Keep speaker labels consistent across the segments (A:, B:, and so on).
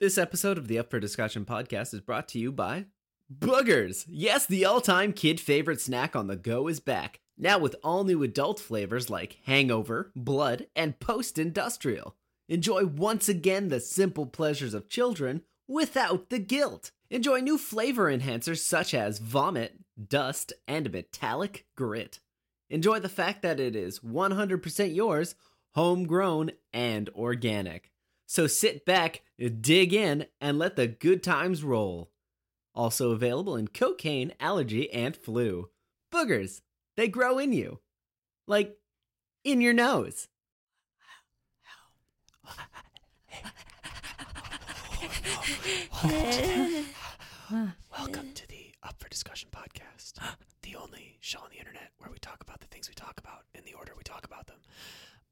A: This episode of the Up for Discussion podcast is brought to you by Boogers. Yes, the all time kid favorite snack on the go is back. Now with all new adult flavors like Hangover, Blood, and Post Industrial. Enjoy once again the simple pleasures of children without the guilt. Enjoy new flavor enhancers such as Vomit, Dust, and Metallic Grit. Enjoy the fact that it is 100% yours, homegrown, and organic. So sit back, dig in, and let the good times roll. Also available in cocaine, allergy, and flu. Boogers, they grow in you. Like, in your nose.
B: Welcome to the Up for Discussion podcast, the only show on the internet where we talk about the things we talk about in the order we talk about them.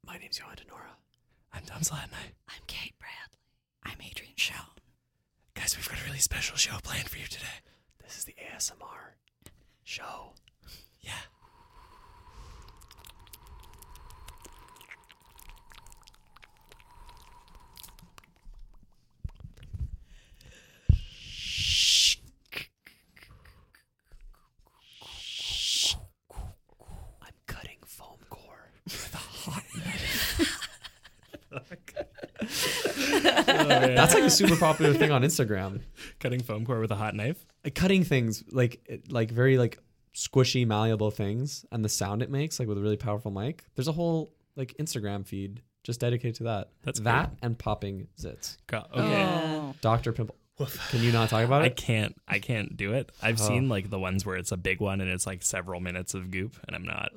B: My name's Johan Denora. I'm Tom Slatney.
C: I'm Kate Bradley. I'm Adrian Shell.
B: Guys, we've got a really special show planned for you today. This is the ASMR show. Yeah. I'm cutting foam core with a hot
D: That's like a super popular thing on Instagram.
E: cutting foam core with a hot knife.
D: Like, cutting things like it- like very like squishy, malleable things, and the sound it makes like with a really powerful mic. There's a whole like Instagram feed just dedicated to that.
E: That's
D: that and popping zits.
E: Go- Okay.
D: Doctor Pimple. Can you not talk about
E: I
D: it?
E: can't. I can't do it. I've seen like the ones where it's a big one and it's like several minutes of goop, and I'm not.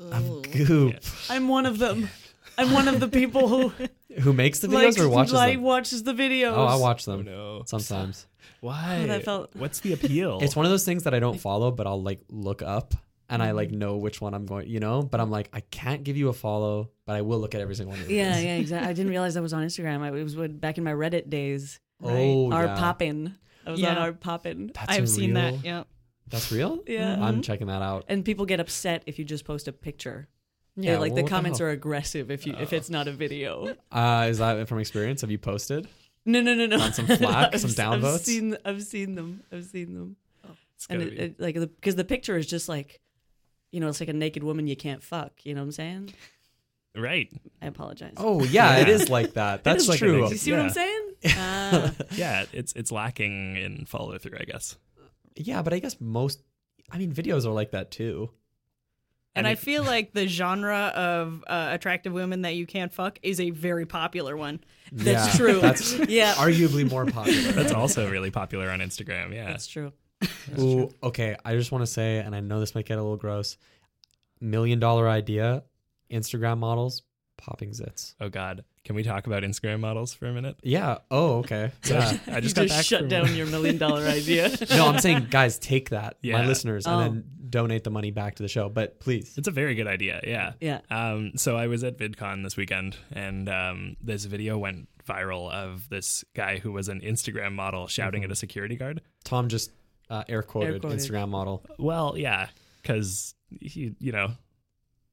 D: Goop.
F: I'm one of them. I'm one of the people who
D: Who makes the videos
F: like,
D: or watches
F: like
D: them?
F: watches the videos.
D: Oh, I watch them
E: no.
D: sometimes.
E: Why?
F: Oh, that felt-
E: What's the appeal?
D: It's one of those things that I don't follow, but I'll like look up and I like know which one I'm going. You know, but I'm like I can't give you a follow, but I will look at every single one. Of your
F: Yeah,
D: videos.
F: yeah, exactly. I didn't realize I was on Instagram. I, it was when- back in my Reddit days.
D: Oh,
F: our
D: yeah.
F: poppin. I was on
C: Yeah.
F: our poppin.
D: That's a
C: I've seen
D: real-
C: that. Yep.
D: That's real.
F: Yeah.
D: I'm checking that out.
F: And people get upset if you just post a picture. Yeah, oh. like
D: well,
F: the
D: what
F: comments
D: hell?
F: are aggressive if you if it's not a video.
D: Uh, is that from experience? Have you posted?
F: No, no, no, no.
D: On some flack,
F: I've-
D: some
F: I've
D: downvotes?
F: seen, I've seen them. I've seen them.
E: It's
F: And
E: gotta
F: it,
E: be-
F: it, like because the picture is just like, you know, it's like a naked woman you can't fuck. You know what I'm saying?
E: right.
F: I apologize.
D: Oh yeah, it
E: Yeah.
D: is like that. That's
E: is like an
D: true.
E: ex-
F: You see what
E: Yeah.
F: I'm saying? Ah.
E: Yeah. It's it's lacking in follow through. I guess.
D: yeah, but I guess most. I mean, videos are like that too.
C: And
E: I
C: I
E: mean-
C: feel like the genre of uh, attractive women that you can't fuck is a very popular one.
D: Yeah,
F: That's true.
D: That's
F: yeah,
D: arguably more popular.
E: That's also really popular on Instagram. Yeah.
F: that's true.
D: Ooh, okay. I just want to say, and I know this might get a little gross. Million dollar idea, Instagram models popping zits.
E: Oh God. Can we talk about Instagram models for a minute?
D: Yeah. Oh, okay. Yeah.
E: I
F: You
E: just
F: just,
E: got back
F: shut
E: from-
F: down your million dollar idea.
D: no, I'm saying, guys, take that, my
E: Yeah.
D: listeners,
F: Oh.
D: and then donate the money back to the show. But please,
E: It's a very good idea. Yeah.
F: Yeah.
E: Um, so I was at VidCon this weekend, and um, this video went viral of this guy who was an Instagram model shouting
D: Mm-hmm.
E: at a security guard.
D: Tom just uh, air quoted
F: quoted.
D: Instagram model.
E: Well, yeah, because he, you know,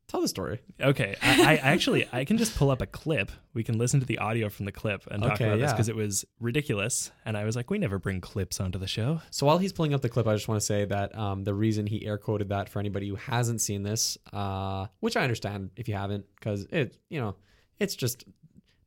D: Tell the story.
E: okay. I, I actually I can just pull up a clip. We can listen to the audio from the clip and talk
D: Okay,
E: about this
D: yeah.
E: because it was ridiculous. And I was like, we never bring clips onto the show.
D: So while he's pulling up the clip, I just want to say that um, the reason he air quoted that for anybody who hasn't seen this, uh, which I understand if you haven't, because it, you know, it's just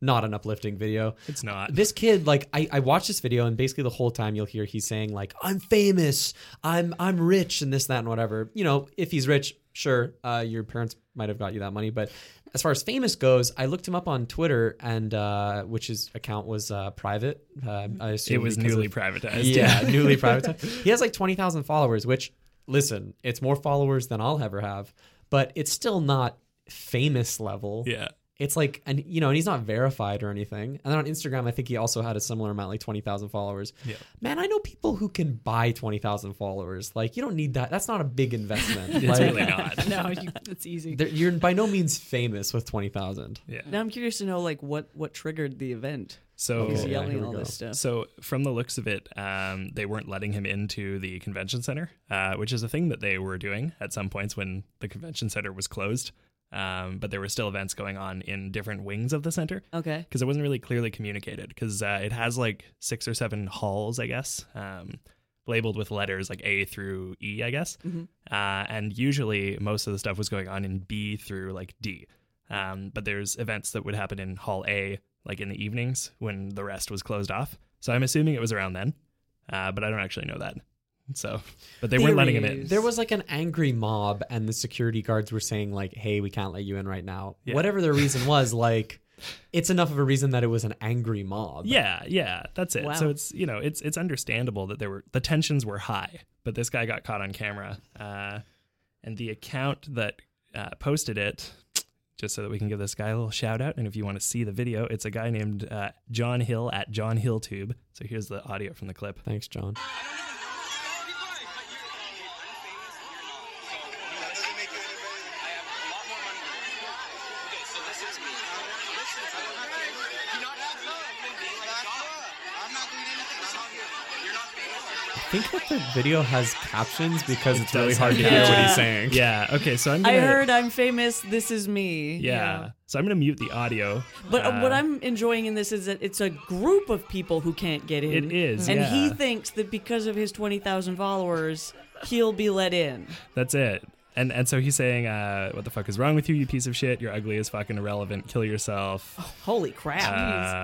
D: not an uplifting video.
E: It's not.
D: This kid, like, I, I watched this video, and basically the whole time you'll hear he's saying like, "I'm famous, I'm I'm rich, and this, that, and whatever." You know, if he's rich, sure, uh, your parents might have got you that money, but as far as famous goes, I looked him up on Twitter, and uh, which his account was uh, private. Uh, I assume
E: it was
D: because of-
E: newly privatized.
D: yeah, newly privatized. He has like 20,000 followers, which, listen, it's more followers than I'll ever have, but it's still not famous level.
E: Yeah.
D: It's like, and you know, and he's not verified or anything. And then on Instagram, I think he also had a similar amount, like 20,000 followers.
E: Yeah.
D: Man, I know people who can buy 20,000 followers. Like, you don't need that. That's not a big investment.
E: It's
D: like,
E: really not.
C: No, you, it's easy.
D: there- You're by no means famous with 20,000.
E: Yeah.
F: now I'm curious to know like what what triggered the event.
E: So
F: He's
D: Okay, yeah,
F: yelling
D: here we
F: all
D: go.
F: this stuff.
E: So, from the looks of it, um, they weren't letting him into the convention center, uh, which is a thing that they were doing at some points when the convention center was closed. um, but there were still events going on in different wings of the center
F: Okay.
E: because it wasn't really clearly communicated because uh, it has like six or seven halls i guess um, labeled with letters like a through e i guess uh, and usually most of the stuff was going on in b through like d um, but there's events that would happen in hall a like in the evenings when the rest was closed off so i'm assuming it was around then uh, but i don't actually know that so but they weren't letting him in
C: Theories.
D: There was like an angry mob, and the security guards were saying like, "Hey, we can't let you in right now."
E: Yeah.
D: Whatever the reason was, like, it's enough of a reason that it was an angry mob.
E: yeah yeah that's it
F: Wow.
E: so it's you know it's it's understandable that there were the tensions were high but this guy got caught on camera uh, and the account that uh, posted it just so that we can give this guy a little shout out and if you want to see the video it's a guy named uh, john hill at john hill tube so here's the audio from the clip
D: Thanks, John. I think that the video has captions because it's really
E: does
D: hard to
E: have
D: hear what
F: captions.
D: he's saying.
E: yeah okay so i'm
F: I
E: gonna
F: heard I'm famous. This is me.
E: yeah. so i'm gonna mute the audio
F: But uh, what
E: Uh,
F: I'm enjoying in this is that it's a group of people who can't get in.
E: It is,
F: And he
E: yeah.
F: thinks that because of his 20,000 followers, he'll be let in.
E: That's it. And and so he's saying, uh, "What the fuck is wrong with you, you piece of shit? You're ugly as fucking irrelevant. Kill yourself."
F: Holy crap.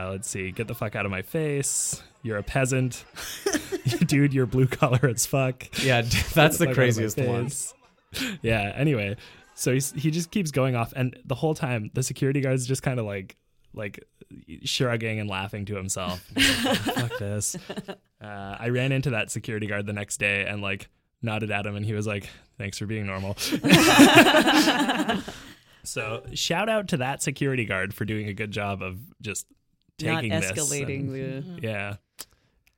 E: uh, let's see. Get the fuck out of my face. You're a peasant, dude. You're blue collar as fuck.
D: Yeah, d- that's the
E: Fuck out of my
D: craziest one.
E: face. yeah. Anyway, so he's, he just keeps going off, and the whole time the security guard's just kind of like like shrugging and laughing to himself. He's like, "Oh, fuck this. Uh, I ran into that security guard the next day and like nodded at him, and he was like, "Thanks for being normal." so shout out to that security guard for doing a good job of just
F: Not
E: taking this
F: escalating
E: and-
F: the.
E: yeah.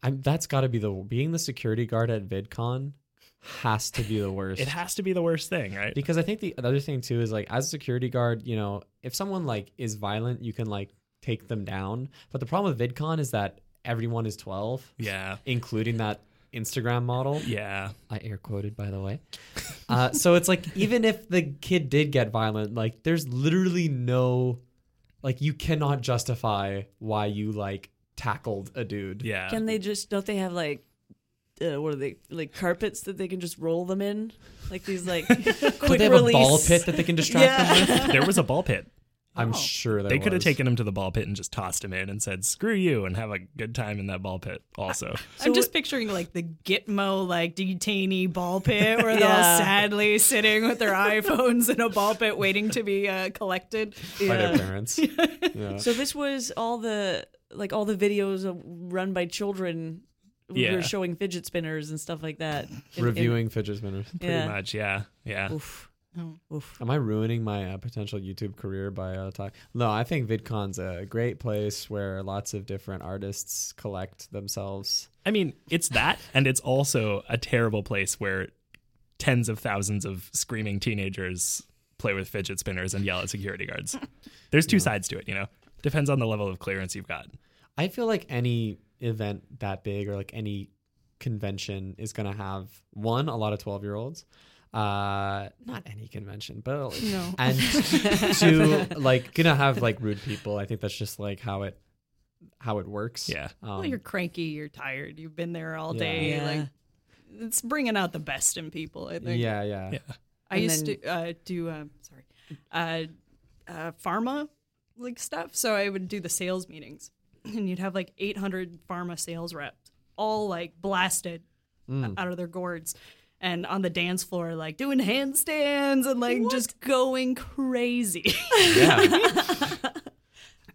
D: I'm, that's got to be the being the security guard at VidCon has to be the worst.
E: It has to be the worst thing, right?
D: because I think the the other thing too is like as a security guard, you know, if someone like is violent, you can like take them down. But the problem with VidCon is that everyone is 12,
E: Yeah.
D: including that Instagram model.
E: Yeah.
D: I air quoted, by the way. Uh, so it's like even if the kid did get violent, like there's literally no, like you cannot justify why you like tackled a dude.
E: Yeah.
F: Can they just. Don't they have like. Uh, what are they like carpets that they can just roll them in, like these like quick
D: Would they have
F: release?
D: a ball pit that they can distract them with?
E: there was a ball pit.
D: I'm sure there
E: They could have
D: was.
E: taken him to the ball pit and just tossed him in and said, "Screw you," and have a good time in that ball pit. Also,
C: I'm just picturing like the Gitmo like detainee ball pit where they're all
F: Yeah.
C: sadly sitting with their iPhones in a ball pit waiting to be uh, collected.
D: by their parents. Yeah.
F: So this was all the like all the videos of- run by children. We
E: Yeah.
F: were showing fidget spinners and stuff like that. In- in-
D: Reviewing fidget spinners.
E: pretty
F: yeah. Oh.
E: much, yeah, yeah.
F: Oof. Oof.
D: Am I ruining my uh, potential YouTube career by uh, talk? No, I think VidCon's a great place where lots of different artists collect themselves.
E: I mean, it's that, and it's also a terrible place where tens of thousands of screaming teenagers play with fidget spinners and yell at security guards. There's two sides to it, you know. Depends on the level of clearance you've got.
D: I feel like any event that big or like any convention is going to have one a lot of 12 year olds uh not any convention but
C: No.
D: and two like gonna have like rude people i think that's just like how it how it works
E: Yeah.
D: um,
C: Well, Oh, you're cranky, you're tired, you've been there all
D: Yeah.
C: day.
F: Yeah.
C: Like it's bringing out the best in people. I think.
D: yeah yeah
E: Yeah.
C: I
F: And
C: used
F: then-
C: to uh, do uh, sorry, uh, uh, pharma like stuff. So I would do the sales meetings, and you'd have like 800 pharma sales reps, all like blasted
F: Hmm.
C: out of their gourds, and on the dance floor, like doing handstands and like just going crazy.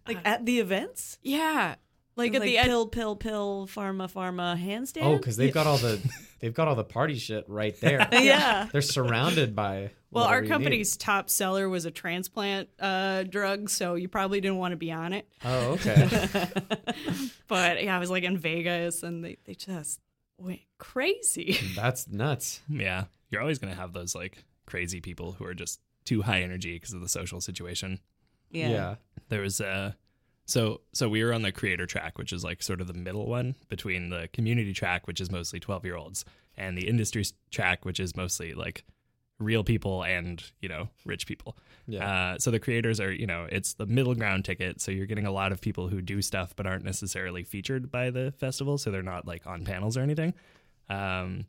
F: Like at the events,
C: yeah, like at
F: like
C: the end.
F: pill, pill, pill, pharma, pharma, handstand.
D: oh because they've got all the they've got all the party shit right there
F: yeah.
D: they're surrounded by
C: Well,
D: whatever
C: our
D: you
C: company's top seller was a transplant uh, drug, so you probably didn't want to be on it.
D: need. oh okay
C: But yeah, I was like in Vegas, and they, they just went crazy.
D: that's nuts
E: Yeah. You're always going to have those like crazy people who are just too high energy because of the social situation.
F: yeah,
E: there was a so so we were on the creator track which is like sort of the middle one between the community track which is mostly 12 year olds and the industry s- track which is mostly like real people and you know rich people.
D: Yeah.
E: Uh, so the creators are you know it's the middle ground ticket. So you're getting a lot of people who do stuff but aren't necessarily featured by the festival, so they're not like on panels or anything. Um,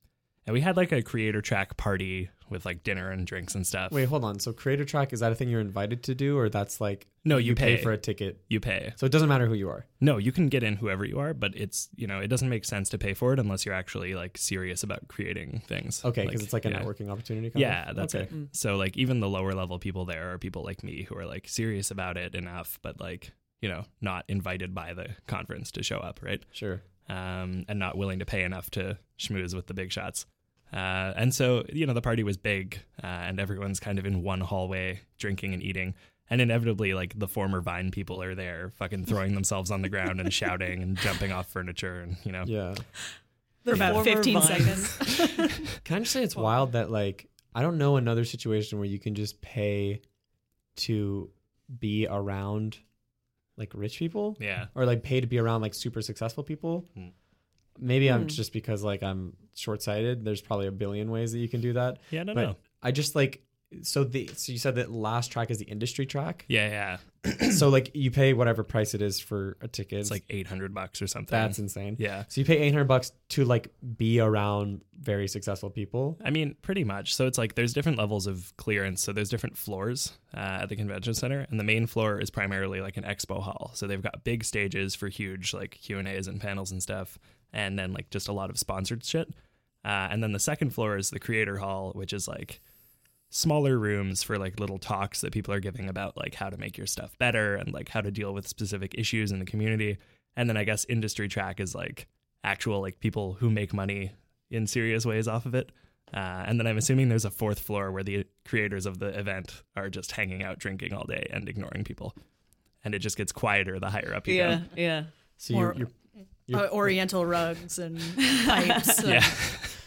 E: and we had like a creator track party with like dinner and drinks and stuff.
D: Wait, hold on. So creator track is that a thing you're invited to do, or that's like
E: No, you pay.
D: for a ticket,
E: you pay.
D: so it doesn't matter who you are.
E: No, you can get in whoever you are, but it's you know it doesn't make sense to pay for it unless you're actually like serious about creating things.
D: Okay, because it's like a
E: yeah.
D: networking opportunity. Kind
E: Yeah,
D: of?
E: that's
D: okay.
E: it. So like even the lower level people there are people like me who are like serious about it enough, but like you know not invited by the conference to show up, right?
D: Sure.
E: um, and not willing to pay enough to schmooze with the big shots. Uh, and so, you know, the party was big, uh, and everyone's kind of in one hallway drinking and eating. And inevitably, like the former Vine people are there, fucking throwing themselves on the ground and shouting and jumping off furniture, and you know,
D: Yeah.
C: For about
F: Former
C: 15
F: Vines.
C: seconds.
D: Can I just say it's wild that like I don't know another situation where you can just pay to be around like rich people
E: yeah.
D: or like pay to be around like super successful people.
E: Hmm.
D: Maybe I'm
F: Hmm.
D: just because like I'm short sighted. There's probably a billion ways that you can do that.
E: Yeah, I don't
D: but
E: know.
D: I just like so the so you said that last track is the industry track.
E: Yeah, yeah.
D: so like you pay whatever price it is for a ticket.
E: It's like 800 bucks or something.
D: that's insane.
E: yeah.
D: So you pay 800 bucks to like be around very successful people.
E: I mean, pretty much. So it's like there's different levels of clearance. So there's different floors uh, at the convention center, and the main floor is primarily like an expo hall. So they've got big stages for huge like Q and A's and panels and stuff, and then like just a lot of sponsored shit. Uh, and then the second floor is the creator hall, which is like smaller rooms for like little talks that people are giving about like how to make your stuff better and like how to deal with specific issues in the community. And then I guess industry track is like actual like people who make money in serious ways off of it. Uh, and then I'm assuming there's a fourth floor where the creators of the event are just hanging out, drinking all day, and ignoring people. And it just gets quieter the higher up you
F: Yeah, yeah.
D: So you're,
C: Or-
D: you're
C: Uh, oriental rugs and pipes.
E: go.
C: and-
E: Yeah,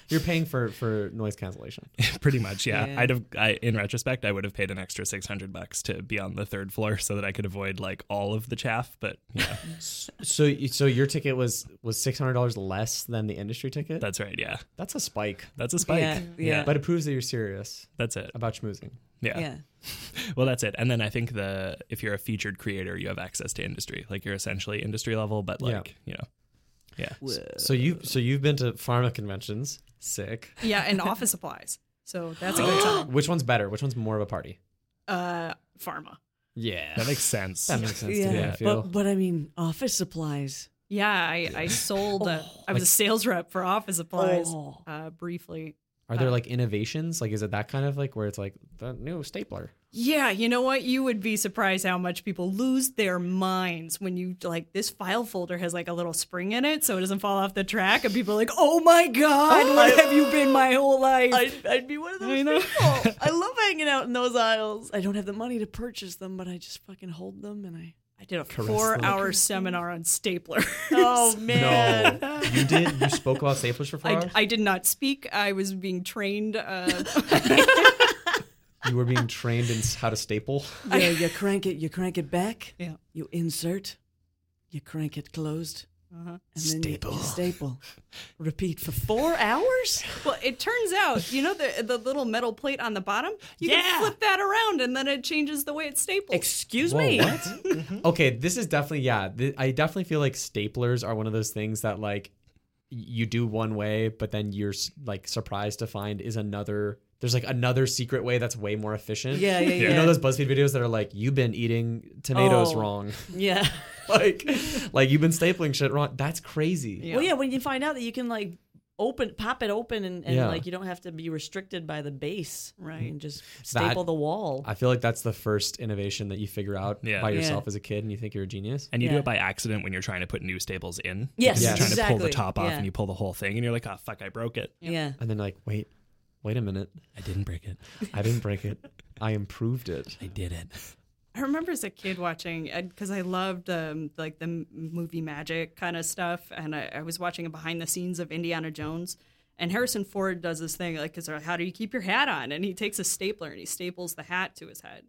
D: you're paying for for noise cancellation.
E: pretty much. Yeah,
F: Yeah.
E: I'd have. I, in retrospect, I would have paid an extra six hundred bucks to be on the third floor so that I could avoid like all of the chaff. But yeah,
D: so you- so your ticket was was $600 less than the industry ticket.
E: that's right. Yeah,
D: That's a spike.
E: that's a spike.
F: Yeah, yeah.
D: But it proves that you're serious
E: that's it.
D: about schmoozing.
E: Yeah.
F: Yeah.
E: Well, that's it. And then I think the if you're a featured creator, you have access to industry. Like you're essentially industry level, but
D: Yeah.
E: like you know, yeah.
D: So you so you've been to pharma conventions. Sick.
C: yeah, and office supplies. So that's a good time.
D: Which one's better? Which one's more of a party?
C: Uh, pharma.
D: Yeah.
E: That makes sense.
D: that makes sense to me, I
F: yeah.
D: feel.
F: But but I mean, office supplies.
C: Yeah, I, I sold. A, I was a sales rep for office supplies
F: Oh.
C: uh, briefly.
D: Are there like innovations? Like is it that kind of like where it's like the new stapler?
C: Yeah, you know what? You would be surprised how much people lose their minds when you like this file folder has like a little spring in it so it doesn't fall off the track and people are like, "Oh my god, what have you been my whole life?"
F: I'd, I'd be one of those people. I love hanging out in those aisles. I don't have the money to purchase them, but I just fucking hold them and I.
C: I did a 4-hour seminar on stapler.
F: Oh man!
D: No. you did you spoke about staplers for four
C: I,
D: hours?
C: I did not speak. I was being trained. Uh,
D: you were being trained in how to staple.
F: Yeah, you crank it. You crank it back.
C: Yeah.
F: You insert. You crank it closed.
C: Uh-huh.
F: And then staple. You, you staple. Repeat for four hours.
C: well, it turns out, you know, the the little metal plate on the bottom, you
F: Yeah.
C: can flip that around and then it changes the way it's stapled.
F: Excuse
D: Whoa,
F: me. Mm-hmm.
D: what? okay, this is definitely yeah. th- I definitely feel like staplers are one of those things that like you do one way, but then you're s- like surprised to find is another. There's like another secret way that's way more efficient.
F: Yeah, yeah,
D: You know
F: yeah.
D: those BuzzFeed videos that are like, "You've been eating tomatoes
F: Oh.
D: wrong,"
F: Yeah.
D: like, like you've been stapling shit wrong. That's crazy.
C: Yeah.
F: Well, yeah. When you find out that you can like open, pop it open, and, and
D: Yeah.
F: like you don't have to be restricted by the base, right? And just
D: That-
F: staple the wall.
D: I feel like that's the first innovation that you figure out
E: Yeah.
D: by
E: Yeah.
D: yourself as a kid, and you think you're a genius.
E: And you do
F: Yeah.
E: it by accident when you're trying to put new staples in.
F: Yes,
E: Because you're
D: Yes.
E: trying to pull the
F: exactly.
E: top off
F: Yeah.
E: and you pull the whole thing and you're like, oh, fuck, I broke it.
F: yeah.
D: And then like, wait, wait a minute,
E: I didn't break it.
D: I didn't break it. I improved it.
E: I did it.
C: I remember as a kid watching because I loved um, like the m- movie magic kind of stuff, and I, I was watching a behind the scenes of Indiana Jones, and Harrison Ford does this thing like, "Cause how do you keep your hat on?" And he takes a stapler and he staples the hat to his head,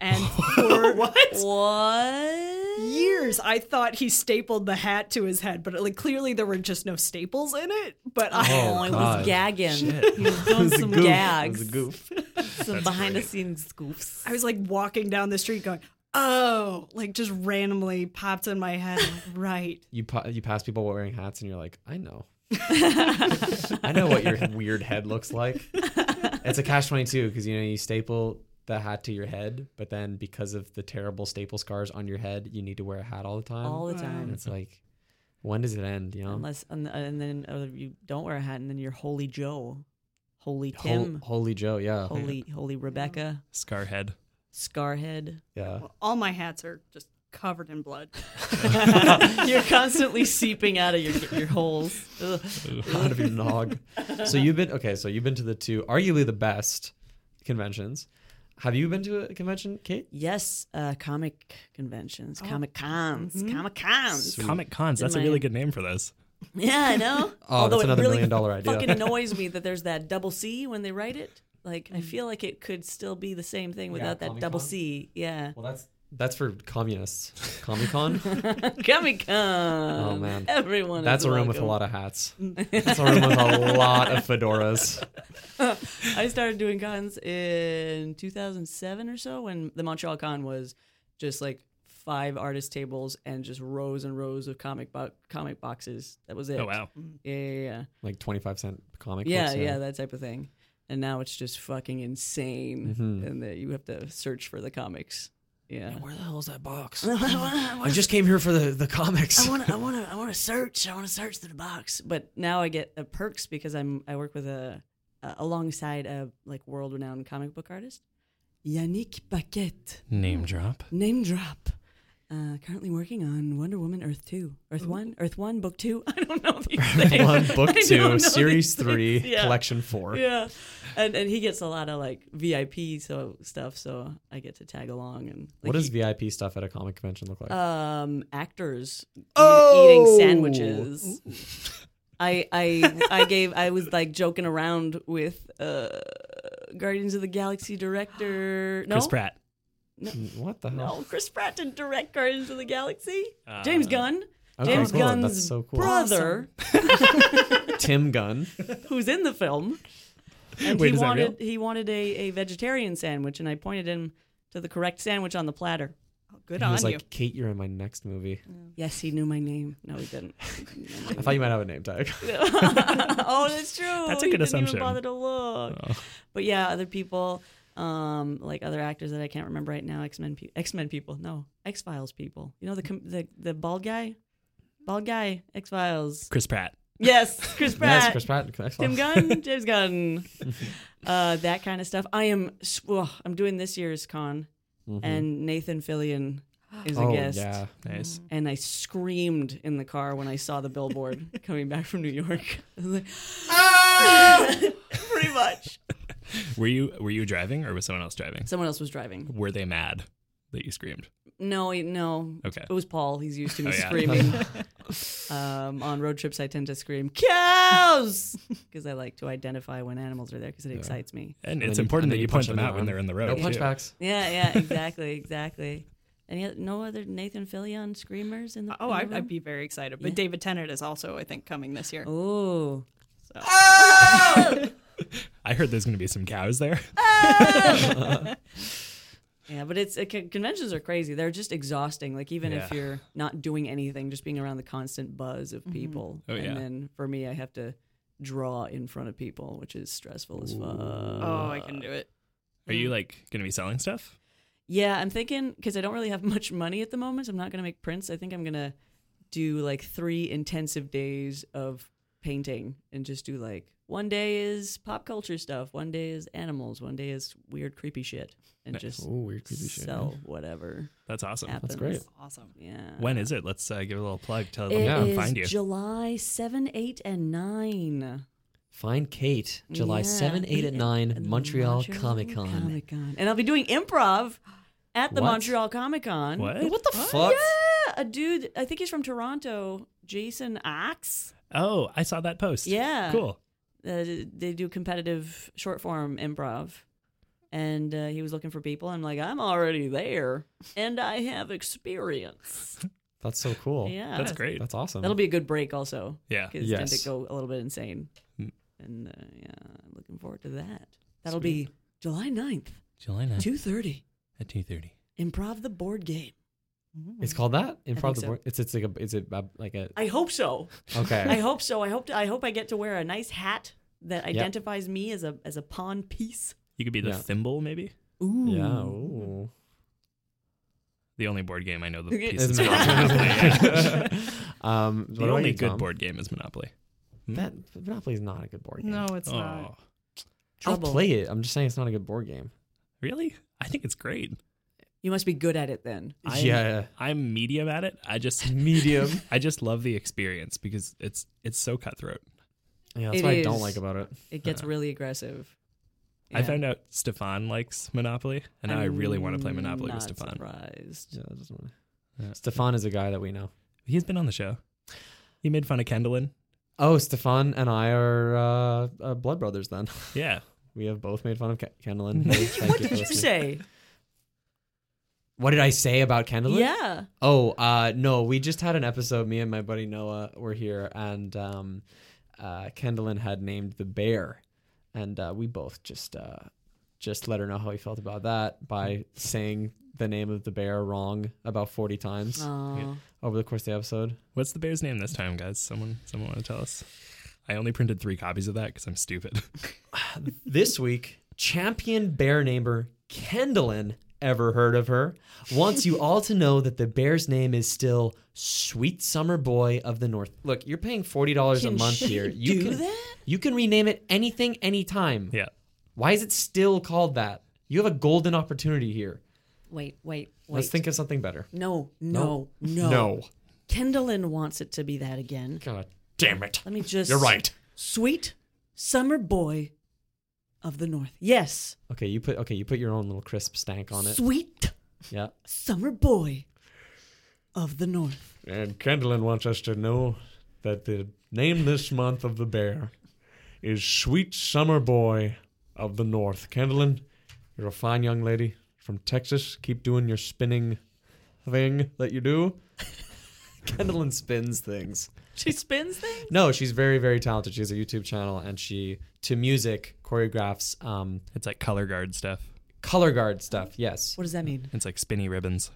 C: And for
A: What?
F: What?
C: years, I thought he stapled the hat to his head, but like clearly there were just no staples in it. But I,
D: Oh,
F: I
D: God.
F: was gagging. He was doing some gags. Some behind the scenes goofs.
C: I was like walking down the street going, "Oh!" Like just randomly popped in my head, like, right?
D: You pa- you pass people wearing hats and you're like, I know. I know what your weird head looks like. It's a cash 22 because you know you staple the hat to your head, but then because of the terrible staple scars on your head, you need to wear a hat all the time.
F: All the
D: and
F: time.
D: it's like when does it end, you know?
F: Unless, and, and then uh, you don't wear a hat, and then you're Holy Joe, Holy
D: Hol-
F: Tim,
D: holy Joe, yeah.
F: Holy Holy Rebecca,
E: Scarhead.
F: Scarhead.
D: Yeah.
C: Well, all my hats are just covered in blood.
F: you're constantly seeping out of your your holes. Ugh.
D: out of your nog. So you've been okay. So you've been to the two, arguably the best conventions. Have you been to a convention, Kate?
F: Yes, uh, comic conventions, comic cons, comic cons.
E: Comic cons. That's a
F: my-
E: really good name for this.
F: Yeah, I know.
D: Oh, that's another million dollar idea.
F: Fucking annoys me that there's that double C when they write it. Like I feel like it could still be the same thing without that
D: Comic-Con?
F: double C. Yeah,
D: Well, that's that's for communists. Comic Con.
F: Comic Con.
D: Oh, man.
F: everyone.
D: that's
F: is
D: a room with a lot of hats.
F: Mm.
D: That's a room with a lot of fedoras.
F: of. I started doing cons in 2007 or so when the Montreal Con was just like five artist tables and just rows and rows of comic bo- comic boxes. That was it.
E: Oh wow.
F: Yeah, yeah, yeah.
D: Like twenty five cent comic
F: yeah,
D: books.
F: yeah, that type of thing. And now it's just fucking insane,
D: Mm-hmm.
F: and that you have to search for the comics. Yeah,
D: Where the hell's that box?
F: I
D: I just came here for the the comics.
F: want to, I want to, I want to search. I want to search through the box. But now I get uh, perks because I'm I work with a uh, alongside a like world renowned comic book artist, Yannick Paquette.
D: Hmm.
E: Name drop.
F: Name drop. Uh, currently working on Wonder Woman Earth Two, Earth One, Earth One Book Two. I don't know these things.
D: One book
F: I don't know
D: two,
F: these
D: series
F: things.
D: three,
F: Yeah.
D: collection four.
F: yeah and and he gets a lot of like vip so stuff so i get to tag along and like,
D: what does
F: he-
D: VIP stuff at a comic convention look like?
F: um actors eat-
D: Oh!
F: eating sandwiches I, I I gave I was like joking around with uh, Guardians of the Galaxy director no
E: Chris Pratt.
D: what the hell?
F: no Chris Pratt didn't direct Guardians of the Galaxy
E: Uh,
F: James Gunn
D: Okay,
F: James
D: cool.
F: Gunn's
D: That's so cool.
F: brother
D: Tim Gunn.
F: who's in the film. And
E: Wait,
F: he
E: is that real?
F: wanted he wanted a, a vegetarian sandwich, and I pointed him to the correct sandwich on the platter.
C: Oh, good
D: He
C: on
D: was like,
C: you.
D: Kate, you're in my next movie.
F: Yes, he knew my name. No, he didn't. He didn't know
D: I thought you might have a name tag.
F: my name. oh, that's true.
E: That's a
F: He
E: good
F: didn't
E: assumption.
F: Even bother to look. But yeah, other people, um, like other actors that I can't remember right now. X Men, pe- X Men people. No, X Files people. You know the com- the the bald guy, bald guy, X Files.
E: Chris Pratt.
F: Yes, Chris Pratt.
D: yes, Chris Pratt. Excellent.
F: Tim Gunn, James Gunn, uh, that kind of stuff. I am, s- oh, I'm doing this year's con, and Nathan Fillion is a
D: Oh
F: guest.
D: yeah.
E: Nice.
F: And I screamed in the car when I saw the billboard coming back from New York. I was like,
C: Ah!
F: pretty much. Mm.
E: Were you were you driving or was someone else driving?
F: Someone else was driving.
E: Were they mad that you screamed?
F: No, he- no.
E: Okay.
F: It was Paul. He's used to me
E: Oh, yeah.
F: screaming. um, on road trips, I tend to scream cows because I like to identify when animals are there because it excites me.
E: And,
D: then
E: it's
D: you- and
E: important
D: then
E: that
D: you
E: you
D: punch
E: point
D: them in the
E: them out when
D: arm.
E: they're in the road.
D: No
E: too.
D: punchbacks.
F: Yeah, yeah, exactly, exactly. Any oth- no other Nathan Fillion screamers in the
C: Oh,
F: in
C: I,
F: the
C: I'd
F: room?
C: be very excited. But David Tennant is also, I think, coming this year.
F: Oh,
E: I heard there's going to be some cows there.
F: yeah, but it's uh, con- conventions are crazy. They're just exhausting. Like even if
E: Yeah.
F: you're not doing anything, just being around the constant buzz
C: Mm-hmm.
F: of people.
E: Oh,
F: and
E: yeah.
F: then for me, I have to draw in front of people, which is stressful as fuck.
C: Oh, I can do it.
E: Are
F: Mm-hmm.
E: you like going to be selling stuff?
F: Yeah, I'm thinking because I don't really have much money at the moment. I'm not gonna make prints. I think I'm gonna do like three intensive days of painting and just do like one day is pop culture stuff, one day is animals, one day is weird creepy shit, and just
D: Oh, weird creepy shit.
F: sell whatever
E: That's awesome.
F: happens.
D: great.
C: Awesome.
F: Yeah.
E: When is it? Let's uh, give it a little plug. Tell them
F: It
E: where to
F: is
E: find you.
F: July seven, eight, and nine.
D: Find Kate, July
F: Yeah.
D: 7, 8, and 9, Montreal, Comic Con.
F: Comic Con, and I'll be doing improv at the
D: What?
F: Montreal Comic Con.
E: what? What the?
D: Fuck.
F: Yeah, a dude. I think he's from Toronto. Jason Ox.
E: Oh, I saw that post.
F: Yeah.
E: Cool.
F: Uh, they do competitive short form improv. and uh, he was looking for people. I'm like, I'm already there, and I have experience.
D: That's so cool.
F: yeah,
E: That's great.
D: That's awesome.
F: That'll be a good break also.
E: Yeah.
F: because
D: Yes.
F: didn't it go a little bit insane?
E: Mm.
F: And uh, yeah, I'm looking forward to that. That'll be July 9th,
E: July 9th
F: two thirty.
E: at 2.30.
F: Improv the board game.
D: It's called that. Improv.
F: think
D: the
F: so.
D: board. It's it's like a it's a, like a
F: I hope so.
D: okay.
F: I hope so. I hope I hope I get to wear a nice hat that identifies me as a as a pawn piece.
E: You could be the
D: Yeah.
E: thimble, maybe?
F: Ooh.
D: Yeah. ooh.
E: The only board game I know the
F: Okay.
E: pieces
D: It's
E: of is Monopoly.
D: Monopoly. um,
E: the only good board game is Monopoly.
D: That Monopoly is not a good board game.
C: No, it's
E: Oh,
C: not.
D: I'll
F: Trouble.
D: play it. I'm just saying it's not a good board game.
E: really? I think it's great.
F: You must be good at it then.
E: I'm, I'm medium at it. I just
D: medium.
E: I just love the experience because it's it's so cutthroat.
D: Yeah, that's
F: It
D: what I don't
F: is.
D: like about it.
F: It gets really aggressive.
E: I
F: Yeah.
E: found out Stefan likes Monopoly, and now I really want to play
F: I'm
E: Monopoly with
F: not
E: Stefan.
F: Surprised.
D: Yeah, that doesn't really-
E: Yeah.
D: Stefan is a guy that we know.
E: He's been on the show. He made fun of Kendallin.
D: Oh, Stefan and I are uh, uh, blood brothers. Then
E: Yeah,
D: we have both made fun of Ke- Kendallin. Hey, thank
F: What
D: for
F: did you
D: listening.
F: say?
D: What did I say about Kendallin?
F: yeah.
D: Oh, uh, no, we just had an episode. Me and my buddy Noah were here, and um, uh, Kendallin had named the bear, and uh, we both just uh, just let her know how we felt about that by saying the name of the bear wrong about forty times
F: Aw.
D: over the course of the episode.
E: What's the bear's name this time, guys? Someone, someone want to tell us? I only printed three copies of that because I'm stupid.
D: this week, champion bear neighbor Kendallin. Ever heard of her? Wants you all to know that the bear's name is still Sweet Summer Boy of the North. Look, you're paying forty dollars a
F: Can
D: month
F: she
D: here. You
F: do
D: can
F: that?
D: you can rename it anything, anytime.
E: yeah,
D: Why is it still called that? You have a golden opportunity here.
F: Wait, wait, wait.
D: Let's think of something better.
F: No, no, no.
E: Oh.
F: Kendallin wants it to be that again.
D: God damn it.
F: Let me just. Sweet summer boy of the north. Yes.
D: Okay, you put okay, you put your own little crisp stank
E: Uh.
D: on it.
F: Sweet
D: Yeah.
F: summer boy of the north.
G: And Kendallin wants us to know that the name this month of the bear is Sweet Summer Boy of the North. Kendallin, you're a fine young lady from Texas. Keep doing your spinning thing that you do.
D: Kendallin spins things.
F: She spins things?
D: No, she's very, very talented. She has a YouTube channel and she to music choreographs um
E: it's like color guard stuff.
D: color guard stuff, yes.
F: What does that mean?
E: It's like spinny ribbons.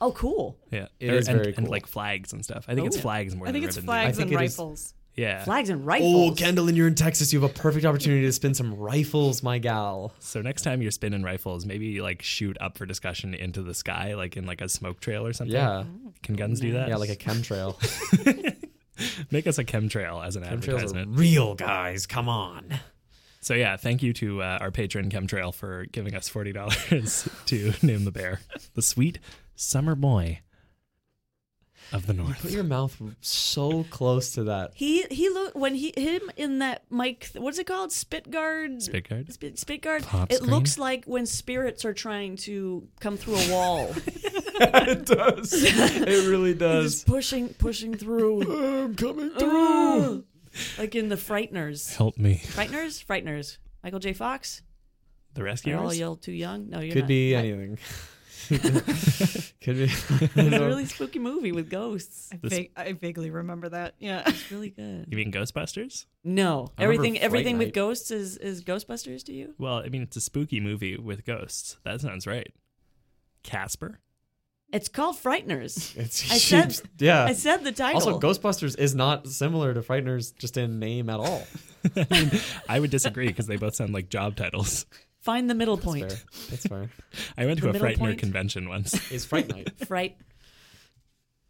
F: Oh, cool.
E: Yeah,
D: It is
E: and,
D: very
E: and
D: cool.
E: like flags and stuff. I think it's flags more
C: I
E: than
C: think it's
E: ribbons.
C: flags
D: think
C: and
D: it is-
C: rifles.
E: Yeah.
F: Flags and
D: Oh,
F: rifles.
D: Kendallin, you're in Texas. You have a perfect opportunity to spin some rifles, my gal.
E: So next time you're spinning rifles, maybe like shoot up for discussion into the sky, like in like a smoke trail or something.
D: Yeah.
E: Can guns do that?
D: Yeah, like a chemtrail.
E: Make us a chemtrail as an
D: Chemtrails are
E: advertisement.
D: real, guys. Come on.
E: So yeah, thank you to uh, our patron Chemtrail for giving us forty dollars to name the bear the sweet summer boy of the
D: Put
E: north.
D: your mouth so close to that.
F: He he looked when he him in that mic. What's it called? Spit guard.
E: Spit guard?
F: Spit, spit guard.
E: Pop
F: it
E: screen?
F: looks like when spirits are trying to come through a wall.
D: it does. It really
F: Just pushing pushing through.
D: I'm coming
F: Ugh. like in the Frighteners.
E: Help me,
F: Frighteners? Frighteners. Michael J. Fox?
E: the
D: Oh,
F: You're all
E: rescuers.
F: yell too young? No, you're
D: Could
F: not.
D: be anything. Could be.
F: It's a really spooky movie with ghosts.
C: I,
E: This-
C: vag- I vaguely remember that. Yeah.
F: It's really good.
E: You mean Ghostbusters?
F: No,
D: I remember
F: everything
D: Fright
F: everything with
D: Night.
F: ghosts is is Ghostbusters to you?
E: Well, I mean it's a spooky movie with ghosts. That sounds right. Casper.
F: It's called Frighteners.
D: It's
F: I
D: cheap.
F: said-
D: yeah.
F: I said the title.
D: also, Ghostbusters is not similar to Frighteners just in name at all.
E: I would disagree because they both sound like job titles.
F: Find the middle
D: That's
F: point.
D: fair. That's fair.
E: I went to
F: The
E: a
F: middle
E: Frightener
F: point?
E: convention once.
D: It's Fright Night.
F: Fright.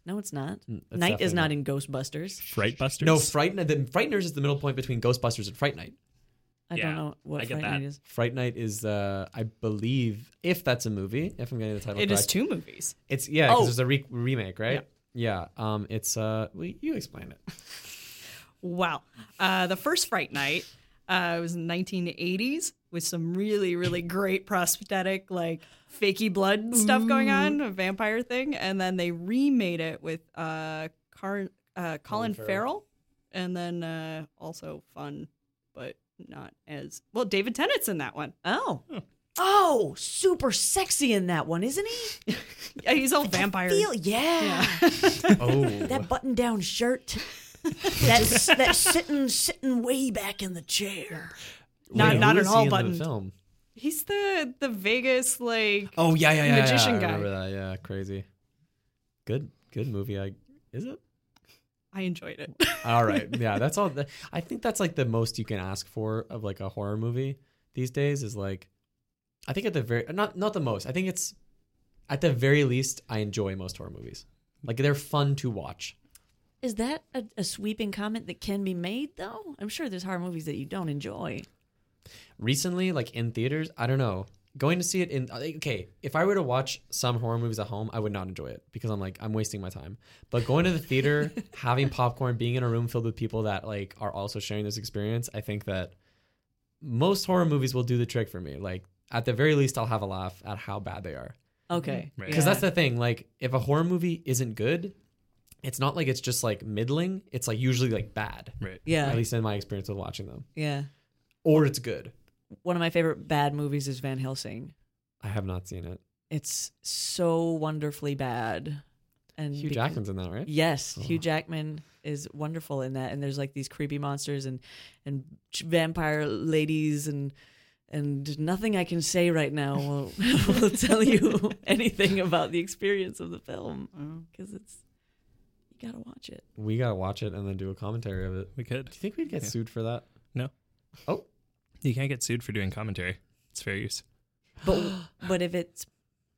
F: No, it's not.
D: it's
F: Night is
D: Hmm, definitely
F: not
D: not.
F: in Ghostbusters.
E: Frightbusters.
D: No, Fright Night. The Frighteners is the middle point between Ghostbusters and Fright Night.
F: I
E: Yeah,
F: don't know what
E: I get
F: Fright
E: that.
F: Night is.
D: Fright Night is, uh, I believe, if that's a movie, if I'm getting the title
C: It
D: correct,
C: is two movies.
D: It's yeah, 'cause
F: Oh.
D: there's a re- remake, right? Yeah. Um, it's uh, well, you explain it.
C: Wow. Uh, the first Fright Night uh, was in 1980s with some really, really great prosthetic, like fakey blood stuff going on, a vampire thing. And then they remade it with uh, Car- uh, Colin Farrell. And then uh, also fun, but not as well. David Tennant's in that one.
F: Oh, oh, super sexy in that one, isn't he?
C: Yeah, he's all vampire.
F: Feel yeah.
A: Oh,
F: that button down shirt. That's that sitting sitting way back in the chair.
C: Not
D: Wait,
C: not
D: who
C: at
D: is
C: all
D: he in the
C: buttoned.
D: film.
C: He's the the Vegas like
D: Oh yeah, yeah, yeah, yeah.
C: Magician
D: I
C: guy.
D: remember that. Yeah, crazy. Good, good movie. I is it?
C: I enjoyed it.
D: All right. Yeah, that's all. The, I think that's like the most you can ask for of like a horror movie these days is like, I think at the very not not the most. I think it's at the very least I enjoy most horror movies. Like they're fun to watch.
F: Is that a, a sweeping comment that can be made though? I'm sure there's horror movies that you don't enjoy.
D: Recently, like in theaters, I don't know. Going to see it in uh, like, okay, if I were to watch some horror movies at home, I would not enjoy it because I'm like I'm wasting my time. But going to the theater, having popcorn, being in a room filled with people that like are also sharing this experience, I think that most horror movies will do the trick for me. Like at the very least, I'll have a laugh at how bad they are.
F: Okay.
E: Right.
D: Because that's the thing. Like if a horror movie isn't good, it's not like it's just like middling. It's like usually like bad.
E: Right.
F: yeah.
D: At least in my experience with watching them,
F: Yeah.
D: or it's good.
F: One of my favorite bad movies is Van Helsing.
D: I have not seen it.
F: It's so wonderfully bad. And
D: Hugh
F: beca-
D: Jackman's in that, right?
F: Yes,
D: Oh.
F: Hugh Jackman is wonderful in that, and there's like these creepy monsters and and ch- vampire ladies and and nothing I can say right now will will tell you anything about the experience of the film
D: Mm.
F: because it's you gotta watch it.
D: We gotta watch it and then do a commentary of it.
E: We could.
D: Do you think we'd get
E: Yeah.
D: sued for that?
E: You can't get sued for doing commentary. It's fair use.
F: But but if it's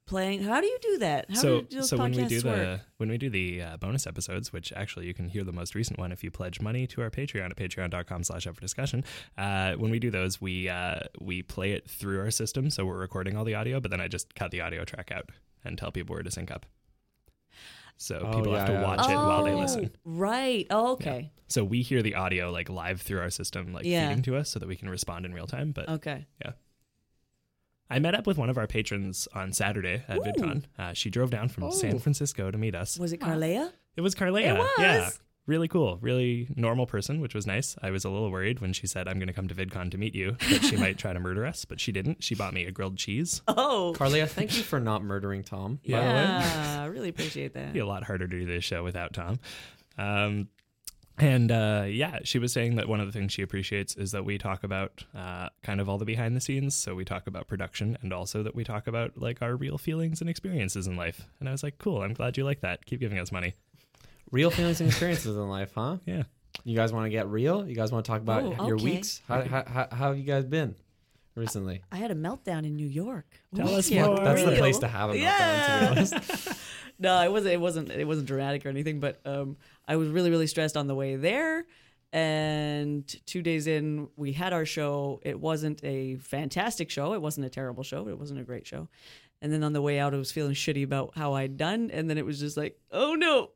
F: playing, how do you do that? How
E: so
F: do those
E: so when we do
F: podcasts work?
E: the when we do the uh, bonus episodes, which actually you can hear the most recent one if you pledge money to our Patreon at patreon.com slash up for discussion. Uh, when we do those, we uh, we play it through our system, so we're recording all the audio, but then I just cut the audio track out and tell people where to sync up. So
D: Oh,
E: people
D: yeah,
E: have to
D: yeah.
E: watch it while they listen.
F: Oh, Right. Oh,
E: Yeah.
F: okay.
E: So we hear the audio like live through our system, like
F: Yeah. Oh.
E: feeding to us, so that we can respond in real time. But
F: Okay.
E: I met up with one of our patrons on Saturday at
F: Ooh.
E: VidCon. Uh, she drove down from San Francisco to meet us.
F: Was it Carlea?
E: It was Carlea.
F: Oh. It was.
E: Yeah. Really cool. Really normal person, which was nice. I was a little worried when she said, I'm going to come to VidCon to meet you, that she might try to murder us, but she didn't. She bought me a grilled cheese.
F: Oh.
D: Carlia, thank you for not murdering Tom. by the way.
F: yeah. I really appreciate that.
E: It'd be a lot harder to do this show without Tom. Um, and uh, yeah, she was saying that one of the things she appreciates is that we talk about uh, kind of all the behind the scenes. So we talk about production and also that we talk about like our real feelings and experiences in life. And I was like, cool. I'm glad you like that. Keep giving us money.
D: Real feelings and experiences in life, huh?
E: Yeah.
D: You guys want to get real? You guys want to talk about
F: Oh,
D: your
F: okay.
D: weeks? How, how, how, how have you guys been recently?
F: I had a meltdown in New York.
E: Tell us
F: Yeah.
E: more.
D: That's the
F: Real.
D: place to have a meltdown, to be honest.
F: no, it wasn't. It wasn't. It wasn't dramatic or anything. But um, I was really, really stressed on the way there. And two days in, we had our show. It wasn't a fantastic show. It wasn't a terrible show. It wasn't a great show. And then on the way out, I was feeling shitty about how I'd done. And then it was just like, oh no,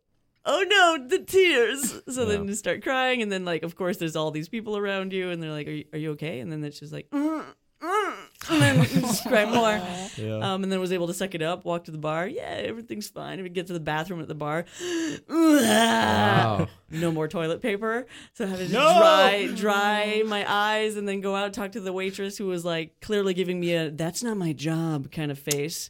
F: oh no, the tears. So then you start crying. And then, like, of course, there's all these people around you. And they're like, are you, are you okay? And then it's just like, mm, mm, and then you just cry more. Um, and then was able to suck it up, walk to the bar. Yeah, everything's fine. And we get to the bathroom at the bar.
D: Wow.
F: no more toilet paper. So I had to just dry, dry my eyes and then go out and talk to the waitress who was like clearly giving me a that's not my job kind of face.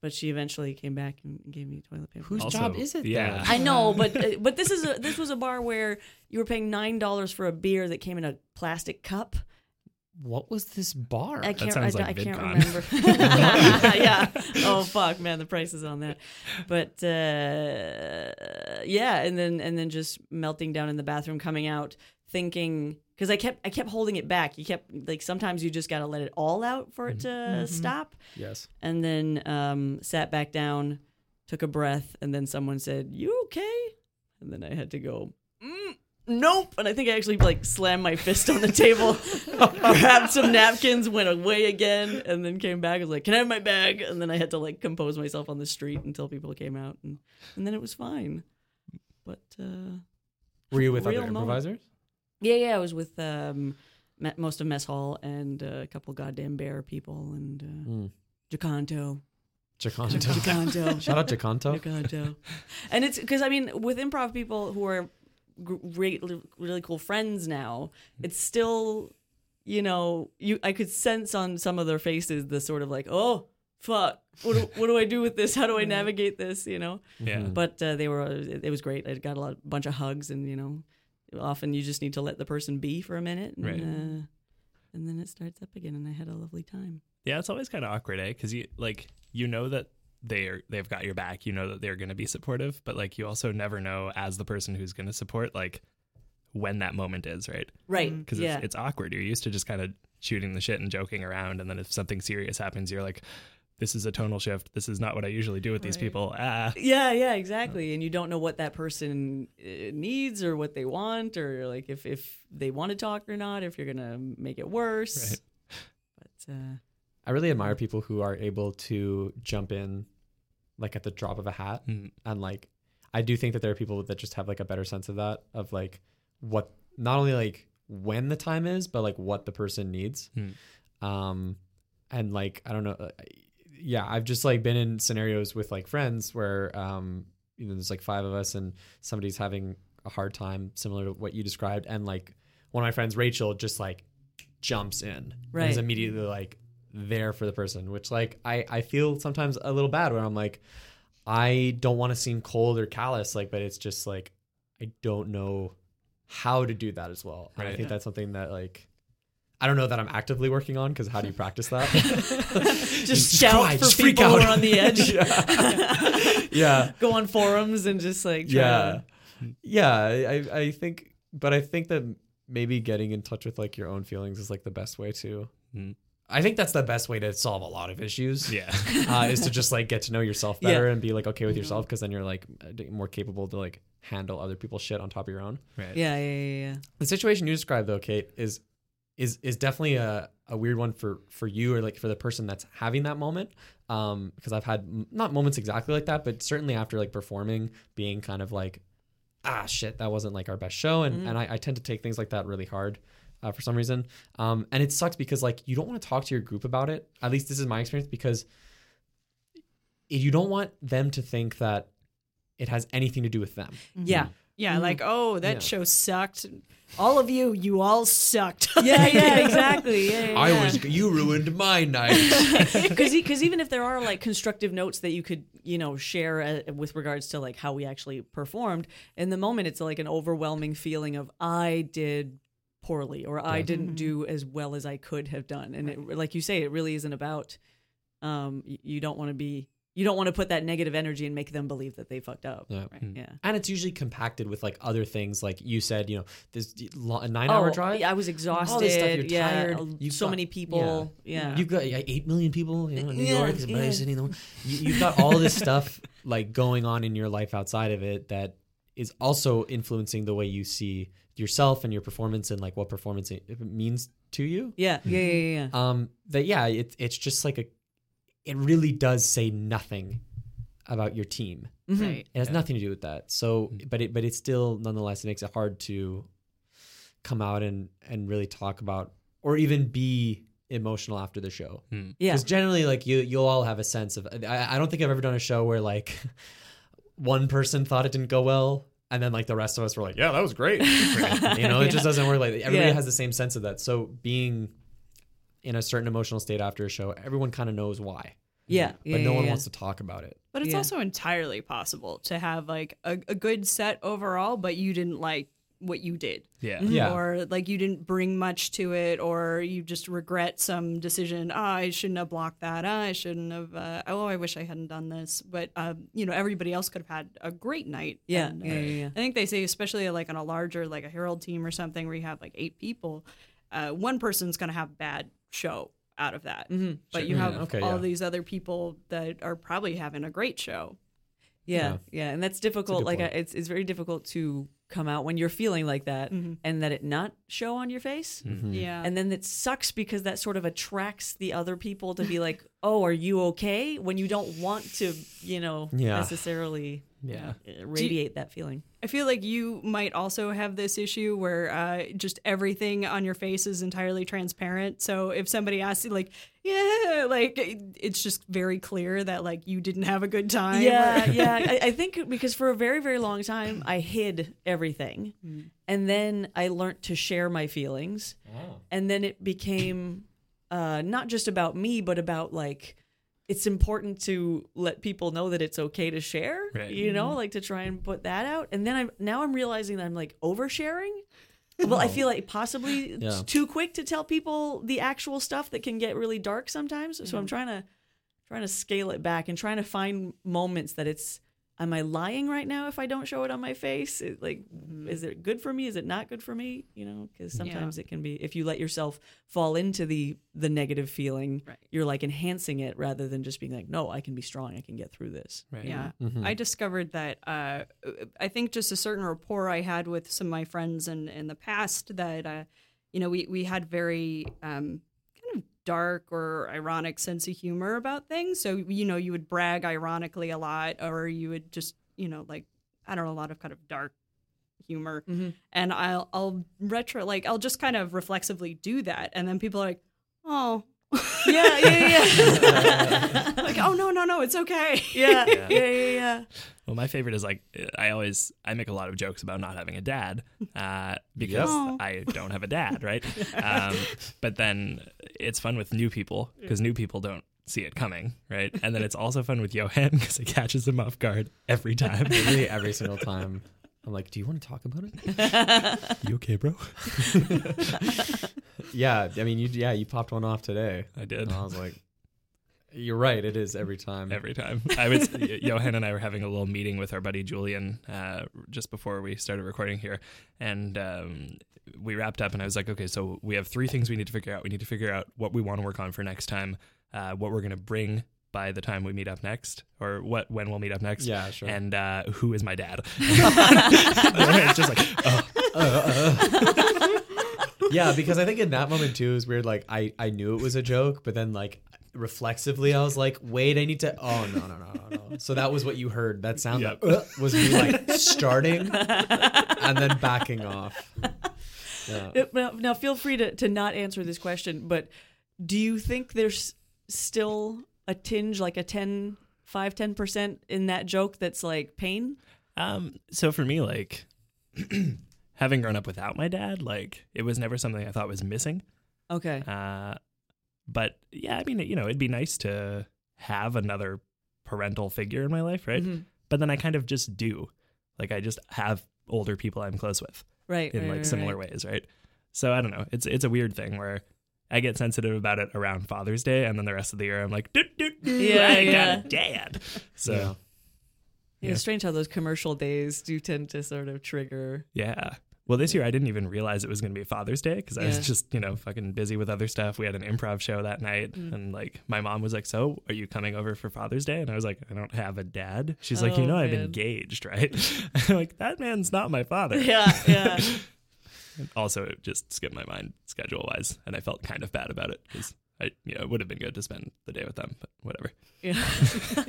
F: But she eventually came back and gave me toilet paper.
D: Whose
E: Also,
D: job is it?
E: yeah.
D: then?
F: I know, but uh, but this is a this was a bar where you were paying nine dollars for a beer that came in a plastic cup.
D: What was this bar?
F: I can't.
E: sounds
F: I,
E: like
F: don't- I can't
E: VidCon.
F: remember. yeah. Oh fuck, man, the prices on that. But uh, yeah, and then and then just melting down in the bathroom, coming out, thinking because I kept I kept holding it back. You kept like sometimes you just gotta let it all out for it
E: Mm-hmm.
F: to stop.
D: yes.
F: And then um, sat back down, took a breath, and then someone said, "You okay?" And then I had to go. "Mm, Nope, and I think I actually like slammed my fist on the table, grabbed some napkins, went away again, and then came back. I was like, "Can I have my bag?" And then I had to like compose myself on the street until people came out, and and then it was fine. But uh,
D: Were you with
F: Real
D: other
F: moment.
D: improvisers?
F: yeah, yeah, I was with um, me- most of mess hall and uh, a couple goddamn bear people and uh,
D: Mm.
F: Jacanto,
D: Jacanto.
F: Jacanto,
D: Shout out Jacanto.
F: Encanto. and it's because I mean, with improv people who are gr- great, really cool friends now, it's still you know, you I could sense on some of their faces the sort of like, oh fuck, what do, what do I do with this? How do I navigate this? You know.
E: Yeah.
F: But uh, they were it, it was great. I got a lot bunch of hugs and you know, often you just need to let the person be for a minute and
E: Right.
F: uh, and then it starts up again and I had a lovely time.
E: Yeah, it's always kind of awkward, eh? Because you like you know that they're they've got your back. You know that they're going to be supportive, but like you also never know as the person who's going to support, like when that moment is, right?
F: Right.
E: Because it's, it's awkward. You're used to just kind of shooting the shit and joking around, and then if something serious happens, you're like, "This is a tonal shift. This is not what I usually do with these people." Ah,
F: Yeah, yeah, exactly. And you don't know what that person uh, needs or what they want or like if if they want to talk or not, if you're going to make it worse. But uh
D: I really admire people who are able to jump in like at the drop of a hat
E: Mm.
D: and like I do think that there are people that just have like a better sense of that of like what not only like when the time is but like what the person needs.
E: Mm.
D: Um and like I don't know uh, yeah, I've just like been in scenarios with like friends where um you know there's like five of us and somebody's having a hard time similar to what you described and like one of my friends Rachel just like jumps in. And
F: Right.
D: is immediately like there for the person, which like I I feel sometimes a little bad when I'm like I don't want to seem cold or callous like but it's just like I don't know how to do that as well. And I
E: Right.
D: think that's something that like I don't know that I'm actively working on because how do you practice that?
F: just,
D: Just
F: shout
D: cry,
F: for
D: just freak
F: people who
D: out.
F: are on the edge.
D: yeah.
F: Go on forums and just like try
D: yeah
F: to-
D: yeah I, I- I think but i think that maybe getting in touch with like your own feelings is like the best way to
E: Mm.
D: i think that's the best way to solve a lot of issues
E: yeah, Mm-hmm.
D: uh, is to just like get to know yourself
F: Yeah.
D: better and be like okay with yourself because then you're like more capable to like handle other people's shit on top of your own
E: right.
F: yeah, yeah, yeah, yeah.
D: the situation you described though kate is is is definitely a, a weird one for for you or like for the person that's having that moment um because i've had m- not moments exactly like that but certainly after like performing being kind of like ah shit that wasn't like our best show and and I, I tend to take things like that really hard uh, for some reason um and it sucks because like you don't want to talk to your group about it at least this is my experience because it, you don't want them to think that it has anything to do with them
F: Yeah.
C: Yeah, like, oh, that
D: Yeah.
C: show sucked. All of you, you all sucked.
F: Yeah, yeah, exactly. Yeah, yeah, yeah.
D: you ruined my night
F: because because e, even if there are like constructive notes that you could you know share uh, with regards to like how we actually performed in the moment it's like an overwhelming feeling of i did poorly or i didn't do
D: Mm-hmm.
F: as well as i could have done and it, like you say it really isn't about um y- you don't want to be you don't want to put that negative energy and make them believe that they fucked up
D: Yeah. Mm.
F: right? yeah
D: and it's usually compacted with like other things like you said you know this lo- a nine hour drive
F: Oh, I was exhausted.
D: you're
F: yeah,
D: tired,
F: uh,
D: you've
F: so
D: got- Mm-hmm.
F: many people. Yeah,
D: you've got yeah, eight million people you know, in new
F: Yeah,
D: york
F: yeah.
D: yeah. city, you, you've got all this stuff like going on in your life outside of it that is also influencing the way you see yourself and your performance and like what performance it it means to you
F: yeah, yeah, yeah, yeah, yeah.
D: um that yeah it, it's just like a it really does say nothing about your team
F: Mm-hmm.
C: Right.
D: It has nothing to do with that. So, but it but it's still nonetheless it makes it hard to come out and and really talk about or even be emotional after the show.
F: Yeah.
D: Because generally, like you you'll all have a sense of. I, I don't think I've ever done a show where like one person thought it didn't go well. And then, like the rest of us were like, "Yeah, that was great." you know, it just doesn't work like everybody
F: Yeah.
D: has the same sense of that. So, being in a certain emotional state after a show, everyone kind of knows why,
F: yeah,
D: but no
F: yeah,
D: one
F: yeah.
D: wants to talk about it.
C: But it's
F: Yeah.
C: also entirely possible to have like a, a good set overall, but you didn't like what you did.
E: Yeah.
F: Mm-hmm.
D: Yeah.
C: Or like you didn't bring much to it, or you just regret some decision. Ah, I shouldn't have blocked that. Ah, I shouldn't have. Uh, oh, I wish I hadn't done this. But um, you know, everybody else could have had a great night.
F: Yeah,
C: And, uh,
F: yeah, yeah, yeah.
C: I think they say, especially like on a larger, like a Herald team or something, where you have like eight people, uh, one person's going to have a bad show out of that.
F: Mm-hmm.
C: But you have
D: Okay,
C: all
D: yeah.
C: these other people that are probably having a great show.
F: Yeah, yeah, and that's difficult.
D: good
F: Like, I,
D: point.
F: it's it's very difficult to come out when you're feeling like that, and that it not show on your face,
D: Mm-hmm.
F: Uh,
C: Yeah.
F: and then it sucks because that sort of attracts the other people to be like, "Oh, are you okay?" When you don't want to, you know,
D: Yeah.
F: necessarily
E: Yeah.
F: uh, radiate that feeling.
C: I feel like you might also have this issue where uh, just everything on your face is entirely transparent. So if somebody asks you, like, yeah, like it- it's just very clear that like you didn't have a good time.
F: Yeah, yeah. I, I think because for a very, very long time, I hid everything. And then I learned to share my feelings. And then it became uh, not just about me, but about like, it's important to let people know that it's okay to share,
E: Right.
F: you know, like to try and put that out. And then I'm now I'm realizing that I'm like oversharing. Well, I feel like possibly it's
D: Yeah.
F: too quick to tell people the actual stuff that can get really dark sometimes. So I'm trying to trying to scale it back and trying to find moments that it's am I lying right now if I don't show it on my face? It, like is it good for me? Is it not good for me? You know, cuz sometimes it can be if you let yourself fall into the the negative feeling,
C: Right.
F: you're like enhancing it rather than just being like, "No, I can be strong. I can get through this."
E: Right.
C: Yeah.
D: Mm-hmm.
F: Mm-hmm.
C: I discovered that uh, I think just a certain rapport I had with some of my friends in, in the past that, uh, you know, we, we had very um, kind of dark or ironic sense of humor about things. So, you know, you would brag ironically a lot or you would just, you know, like, I don't know, a lot of kind of dark humor.
F: Mm-hmm.
C: And I'll, I'll retro, like, I'll just kind of reflexively do that. And then people are like, oh,
F: Yeah, yeah, yeah.
C: like, oh, no, no, no, it's okay.
F: yeah, yeah, yeah,
C: uh,
F: yeah.
E: Well, my favorite is like I always I make a lot of jokes about not having a dad uh, because
C: Aw.
E: I don't have a dad, right? um, but then it's fun with new people because new people don't see it coming, right? And then it's also fun with Johan because it catches him off guard every time.
D: Literally every single time. I'm like, do you want to talk about it?
E: you okay, bro?
D: Yeah, I mean, you yeah, you popped one off today.
E: I did.
D: And Oh, I was like, you're right. It is every time.
E: Every time, I was Johan and I were having a little meeting with our buddy Julian uh, just before we started recording here, and um, we wrapped up. And I was like, okay, so we have three things we need to figure out. We need to figure out what we want to work on for next time, uh, what we're gonna bring by the time we meet up next, or what when we'll meet up next.
D: Yeah, sure.
E: And uh, who is my dad? it's just like, oh,
D: yeah, because I think in that moment too it was weird. Like I, I knew it was a joke, but then like reflexively I was like, wait, I need to. Oh no no no no no. So that was what you heard. That sound
E: Yep.
D: that, uh, was me like starting and then backing off. Yeah.
F: Uh, Now, now feel free to, to not answer this question, but do you think there's still a tinge, like a 10, 5, 10% in that joke that's like pain?
E: Um, so for me, like having grown up without my dad, like it was never something I thought was missing.
F: Okay.
E: Uh, but yeah, I mean, you know, it'd be nice to have another parental figure in my life, right?
F: Mhm.
E: But then I kind of just do. Like I just have older people I'm close with
F: Right.
E: in
F: right,
E: like
F: right,
E: similar
F: right.
E: ways, right? So I don't know. It's it's a weird thing where I get sensitive about it around Father's Day, and then the rest of the year I'm like, doot, doot, doot,
F: Yeah,
E: I
F: yeah.
E: got a dad. So
D: Yeah.
F: Yeah, It's strange how those commercial days do tend to sort of trigger.
E: Yeah. Well, this year I didn't even realize it was going to be Father's Day because I was
F: Yeah.
E: just, you know, fucking busy with other stuff. We had an improv show that night,
F: Mm.
E: and like my mom was like, "So, are you coming over for Father's Day?" And I was like, "I don't have a dad." She's like, "You
F: Oh,
E: know, I'm
F: man.
E: engaged, right?" I'm like, "That man's not my father."
F: yeah.
E: Also, it just skipped my mind schedule wise, and I felt kind of bad about it because I, you know, it would have been good to spend the day with them, but whatever.
F: yeah.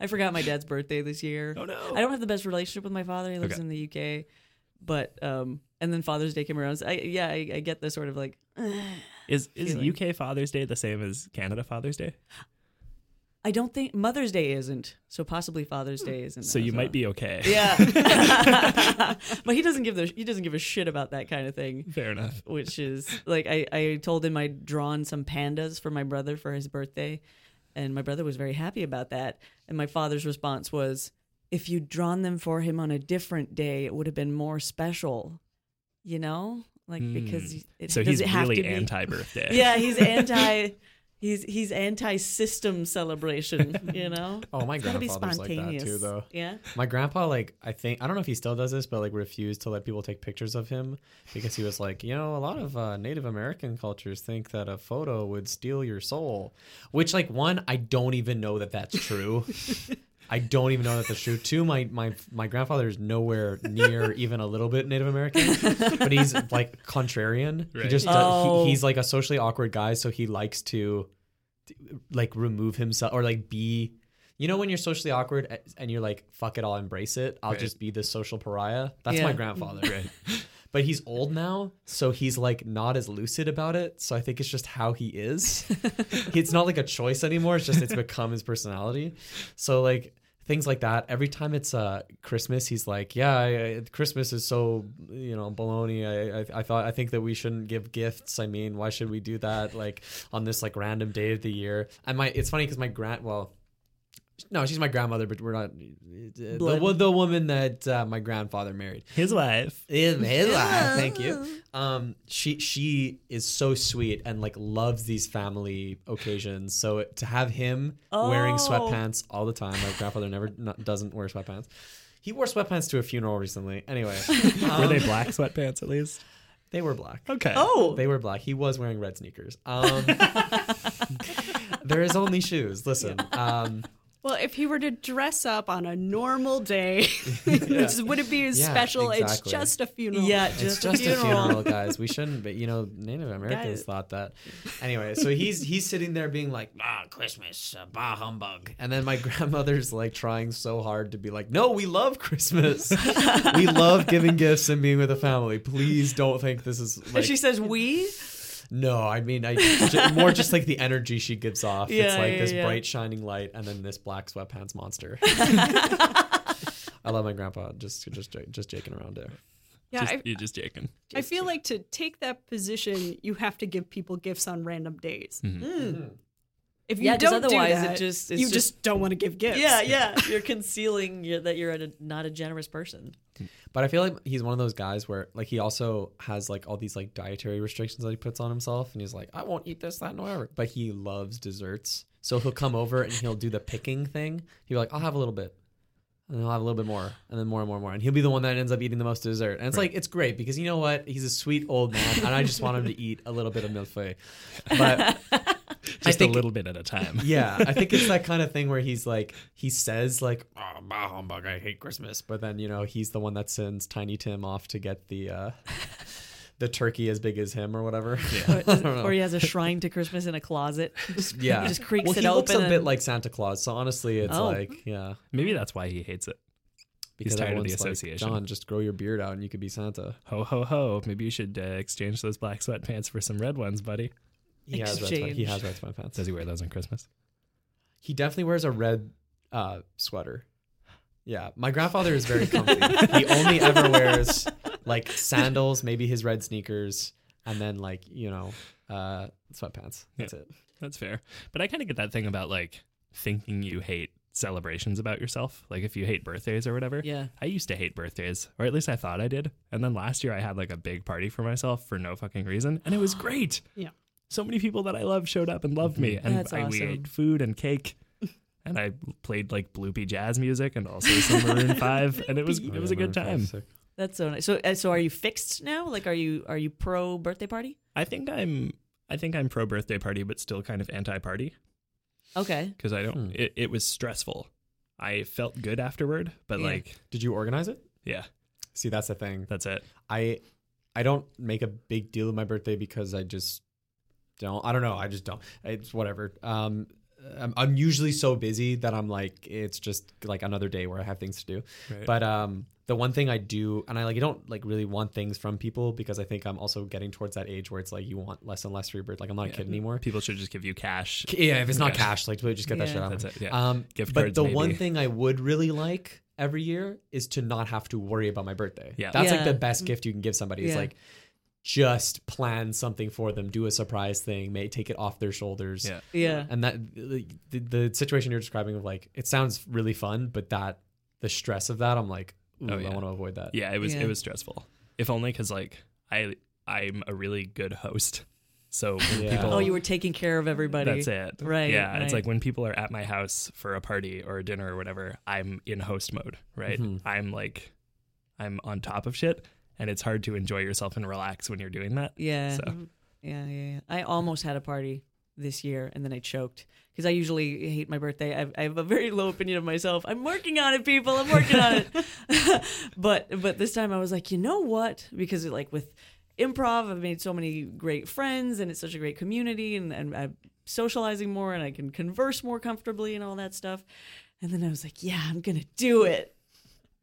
F: I forgot my dad's birthday this year.
E: Oh no!
F: I don't have the best relationship with my father. He lives
E: Okay.
F: in the UK, but um, and then Father's Day came around. So I yeah, I, I get the sort of like
E: Is is
F: Feeling.
E: UK Father's Day the same as Canada Father's Day?
F: I don't think Mother's Day isn't, so possibly Father's Day isn't.
E: Hmm. So
F: as
E: you
F: well.
E: might be okay.
F: Yeah, but he doesn't give the he doesn't give a shit about that kind of thing.
E: Fair enough.
F: Which is like I I told him I'd drawn some pandas for my brother for his birthday, and my brother was very happy about that. And my father's response was, "If you'd drawn them for him on a different day, it would have been more special, you know, like because it
E: Hmm. So
F: does
E: he's
F: it have
E: really
F: to be-
E: anti-birthday.
F: Yeah, he's anti. He's he's anti-system celebration, you know.
D: Oh, my
F: It's gotta be
D: grandfather's like that too,
F: spontaneous.
D: though.
F: Yeah.
D: My grandpa, like, I think I don't know if he still does this, but like, refused to let people take pictures of him because he was like, you know, a lot of uh, Native American cultures think that a photo would steal your soul, which, like, one, I don't even know that that's true. I don't even know that that's true. Two, my my my grandfather is nowhere near even a little bit Native American, but he's like contrarian. He
E: Right.
D: just
F: Oh.
D: does, he, he's like a socially awkward guy, so he likes to like remove himself or like be You know when you're socially awkward a- and you're like, fuck it, I'll embrace it. I'll
E: Right.
D: just be this social pariah. That's
F: Yeah.
D: my grandfather. but he's old now, so he's like not as lucid about it. So I think it's just how he is. it's not like a choice anymore. It's just it's become his personality. So like things like that. Every time it's uh Christmas, he's like, yeah, I, I, Christmas is so you know baloney. I, I I thought I think that we shouldn't give gifts. I mean, why should we do that? Like on this like random day of the year. And my it's funny because my grand well. No, she's my grandmother, but we're not the, wo- the woman that uh, my grandfather married.
E: His wife.
D: Is his eye. Thank you. Um, she she is so sweet and like loves these family occasions. So it- to have him wearing
F: Oh.
D: sweatpants all the time, my grandfather never not, doesn't wear sweatpants. He wore sweatpants to a funeral recently. Anyway,
E: Were
D: um,
E: they black sweatpants at least?
D: They were black.
E: Okay.
F: Oh,
D: They were black. He was wearing red sneakers. Um, they're his only shoes. Listen, um,
C: Well, if he were to dress up on a normal day, which wouldn't be as
D: Yeah,
C: special,
D: exactly.
C: it's just a funeral.
F: yeah,
D: it's
F: just,
D: just
F: a funeral.
D: guys. We shouldn't, but you know, Native Americans thought that. Anyway, so he's he's sitting there being like, "Ah, Christmas, uh, bah humbug," and then my grandmother's like trying so hard to be like, "No, we love Christmas. we love giving gifts and being with the family. Please don't think this is like."
F: And she says we.
D: no, I mean, I ju- more just like the energy she gives off. it's
F: Yeah,
D: like
F: yeah,
D: this
F: yeah.
D: bright shining light, and then this black sweatpants monster. I love my grandpa. Just just just joking around there.
C: yeah.
E: Just,
C: I,
E: you're just joking.
C: I feel like to take that position, you have to give people gifts on random days.
D: Mm-hmm.
C: Mm. If
F: Mm-hmm.
C: you
F: Yeah, 'cause
C: don't do
F: otherwise it
C: that,
F: just- it's
C: you
F: just-
C: just, don't want to give gifts.
F: Yeah, yeah. You're concealing your, that you're a, not a generous person.
D: But I feel like he's one of those guys where like he also has like all these like dietary restrictions that he puts on himself and he's like, I won't eat this, that, and whatever. But he loves desserts. So he'll come over and he'll do the picking thing. He'll be like, I'll have a little bit. And I'll have a little bit more. And then more and more and more. And he'll be the one that ends up eating the most dessert. And it's like it's great because you know what? He's a sweet old man and I just want him to eat a little bit of milfoy. But
E: Just
D: I think
E: a little bit at a time.
D: yeah, I think it's that kind of thing where he's like, he says like, oh, bah humbug, I hate Christmas, but then you know he's the one that sends Tiny Tim off to get the uh, the turkey as big as him or whatever. Yeah, I don't know.
F: Or he has a shrine to Christmas in a closet. Just-
D: yeah.
F: He just creaks
D: well,
F: it
D: he looks
F: open
D: a bit
F: and-
D: like Santa Claus, so honestly, it's
F: Oh.
D: like yeah,
E: Maybe that's why he hates it.
D: because
E: tired of the
D: everyone's like,
E: association.
D: John, just grow your beard out and you could be Santa.
E: Ho ho ho. Maybe you should uh, exchange those black sweatpants for some red ones, buddy.
D: He has red sweat- he
F: Exchange.
D: has red sweatpants.
E: Does he wear those on Christmas?
D: He definitely wears a red uh, sweater. Yeah, my grandfather is very comfy. he only ever wears like sandals, maybe his red sneakers, and then like you know uh, sweatpants. That's it.
E: That's fair. But I kind of get that thing about like thinking you hate celebrations about yourself. Like if you hate birthdays or whatever.
F: Yeah.
E: I used to hate birthdays, or at least I thought I did. And then last year I had like a big party for myself for no fucking reason, and it was great.
C: Yeah.
E: So many people that I love showed up and loved me, and
F: That's
E: I, we
F: awesome.
E: ate food and cake. And I played like bloopy jazz music and also some Maroon Five, and it was it was a good time.
F: That's so nice. So, uh, so are you fixed now? Like, are you are you pro birthday party?
E: I think I'm I think I'm pro birthday party, but still kind of anti party.
F: Okay.
E: because I don't.
D: Hmm.
E: It, it was stressful. I felt good afterward, but
F: Yeah.
E: like,
D: Did you organize it?
E: yeah,
D: See, that's the thing.
E: that's it.
D: I I don't make a big deal of my birthday because I just don't. I don't know. I just don't. It's whatever. Um, I'm, I'm usually so busy that I'm like it's just like another day where I have things to do.
E: Right.
D: But um, the one thing I do, and I like, I don't like really want things from people because I think I'm also getting towards that age where it's like you want less and less for your birthday. Like I'm not a kid anymore.
E: People should just give you cash.
D: Yeah, if it's not
E: Yeah.
D: cash, like just get that
F: Yeah.
D: shit out.
E: That's it, yeah.
D: Um,
E: Gift
D: but
E: cards,
D: the one
E: maybe.
D: thing I would really like every year is to not have to worry about my birthday.
E: Yeah.
D: that's like
F: Yeah.
D: the best gift you can give somebody. Is
F: Yeah.
D: like just plan something for them, do a surprise thing, may take it off their shoulders.
E: Yeah.
F: Yeah.
D: And that the, the, the situation you're describing of like it sounds really fun, but that the stress of that, I'm like, ooh,
E: Oh, yeah.
D: I want to avoid that.
E: Yeah, it was
F: Yeah.
E: it was stressful. If only because like I I'm a really good host, so when
D: Yeah.
E: people.
F: Oh, you were taking care of everybody.
E: that's it.
F: Right,
E: Yeah. It's
F: right.
E: like when people are at my house for a party or a dinner or whatever, I'm in host mode, right?
D: Mm-hmm.
E: I'm like, I'm on top of shit, and it's hard to enjoy yourself and relax when you're doing that.
F: Yeah.
E: So
F: Yeah, yeah, yeah. I almost had a party this year and then I choked because I usually hate my birthday. I've, I have a very low opinion of myself. I'm working on it, people. I'm working on it. but but this time I was like, you know what? Because like with improv, I've made so many great friends and it's such a great community and and I'm socializing more and I can converse more comfortably and all that stuff. And then I was like, yeah, I'm going to do it.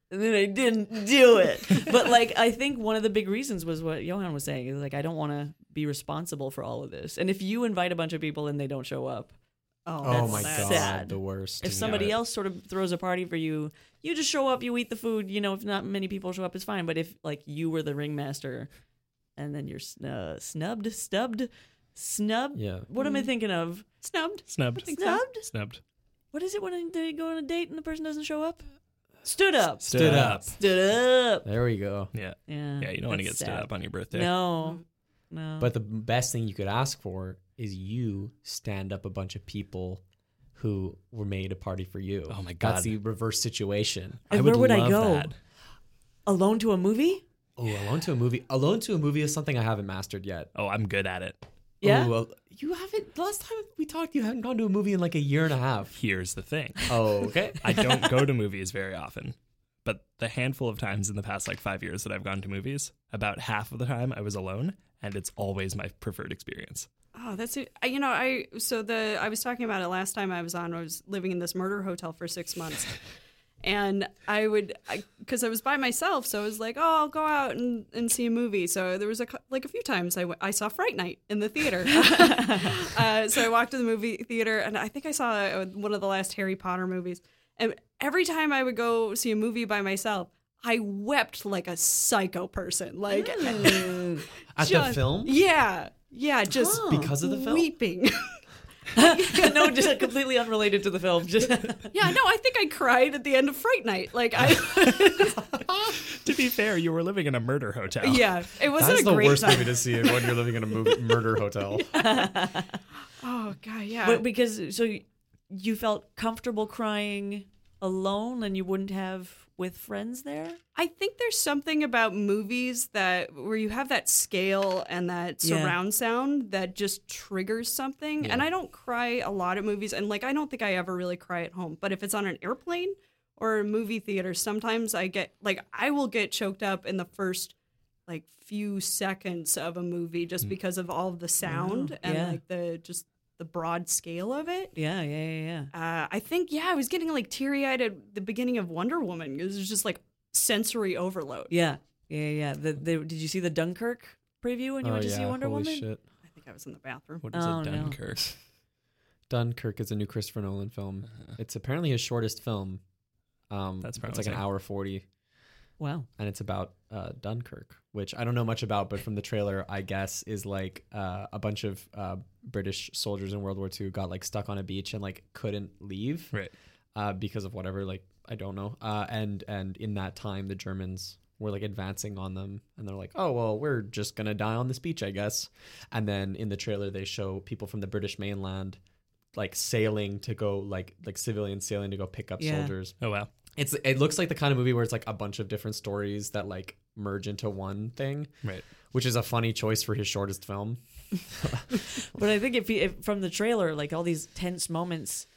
F: And then I didn't do it. but like, I think one of the big reasons was what Johan was saying is like, I don't want to be responsible for all of this. And if you invite a bunch of people and they don't show up,
C: Oh,
D: Oh
F: That's
D: my
F: sad.
D: god,
F: sad.
D: the worst.
F: if somebody else sort of throws a party for you, you just show up, you eat the food. You know, if not many people show up, it's fine. But if like you were the ringmaster, and then you're sn- uh, snubbed, stubbed, snubbed.
D: Yeah.
F: What am I thinking of?
C: Snubbed.
E: Snubbed.
C: think so.
F: Snubbed.
E: Snubbed.
F: What is it when I- they go on a date and the person doesn't show up? Stood up.
D: stood up.
F: Stood up.
D: There we go.
E: Yeah.
F: Yeah.
E: Yeah, you don't want to
F: that's
E: get stood
F: sad.
E: up on your birthday.
F: No. No.
D: But the best thing you could ask for is you stand up a bunch of people who were made a party for you.
E: Oh my
D: That's
E: God.
D: the reverse situation.
F: And where would I
E: love
F: go?
E: that.
F: alone to a movie?
D: Oh, alone to a movie. Alone to a movie is something I haven't mastered yet.
E: Oh, I'm good at it.
F: Yeah.
D: Ooh, well, you haven't. Last time we talked, you hadn't gone to a movie in like a year and a half.
E: Here's the thing.
D: Oh, okay.
E: I don't go to movies very often, but the handful of times in the past like five years that I've gone to movies, about half of the time I was alone, and it's always my preferred experience.
C: Oh, that's it. I- You know, I so the I was talking about it last time I was on. I was living in this murder hotel for six months, and I would because I, was by myself, so I was like, oh, I'll go out and, and see a movie. So there was a cou- like a few times I, w- I saw Fright Night in the theater. uh, so I walked to the movie theater, and I think I saw uh, one of the last Harry Potter movies. And every time I would go see a movie by myself, I wept like a psycho person. Like
D: At the
C: Just-
D: film,
C: yeah, yeah, just
D: because of the film.
C: weeping.
D: uh,
F: no, just completely unrelated to the film. Just
C: yeah, no, I think I cried at the end of Fright Night. Like I,
E: To be fair, you were living in a murder hotel.
C: yeah, it wasn't
D: That's
C: a
D: the
C: great
D: worst
C: time.
D: movie to see when you're living in a movie, murder hotel.
C: Oh god, yeah.
F: but because so you- you felt comfortable crying alone and you wouldn't have with friends there
C: I think there's something about movies that where you have that scale and that
F: Yeah.
C: surround sound that just triggers something. And I don't cry a lot at movies, and like I don't think I ever really cry at home. But if it's on an airplane or a movie theater, sometimes I get like I will get choked up in the first like few seconds of a movie
D: Mm.
C: just because of all of the sound and
F: yeah.
C: like the just the broad scale of it.
F: yeah yeah yeah, yeah.
C: Uh, I think yeah, I was getting like teary eyed at the beginning of Wonder Woman. It was just like sensory overload.
F: yeah yeah yeah the, the, did you see the dunkirk preview when you went to see wonder
D: Oh, holy
F: woman
D: shit.
C: I think I was in the bathroom.
E: What is
F: Oh,
E: a
F: no.
E: Dunkirk?
D: Dunkirk is a new Christopher Nolan film. It's apparently his shortest film. Um,
E: That's
D: it's like an
E: promising.
D: hour forty,
F: wow
D: and it's about uh, Dunkirk, which I don't know much about, but from the trailer, I guess is like uh, a bunch of uh, British soldiers in World War II got like stuck on a beach and like couldn't leave
E: Right.
D: uh, because of whatever, like I don't know. Uh, and and in that time, the Germans were like advancing on them, and they're like, "Oh well, we're just gonna die on this beach, I guess." And then in the trailer, they show people from the British mainland like sailing to go like like civilians sailing to go pick up
F: Yeah.
D: soldiers.
E: Oh wow.
D: It's it looks like the kind of movie where it's like a bunch of different stories that like merge into one thing,
E: Right.
D: which is a funny choice for his shortest film.
F: but i think if, he, if from the trailer like all these tense moments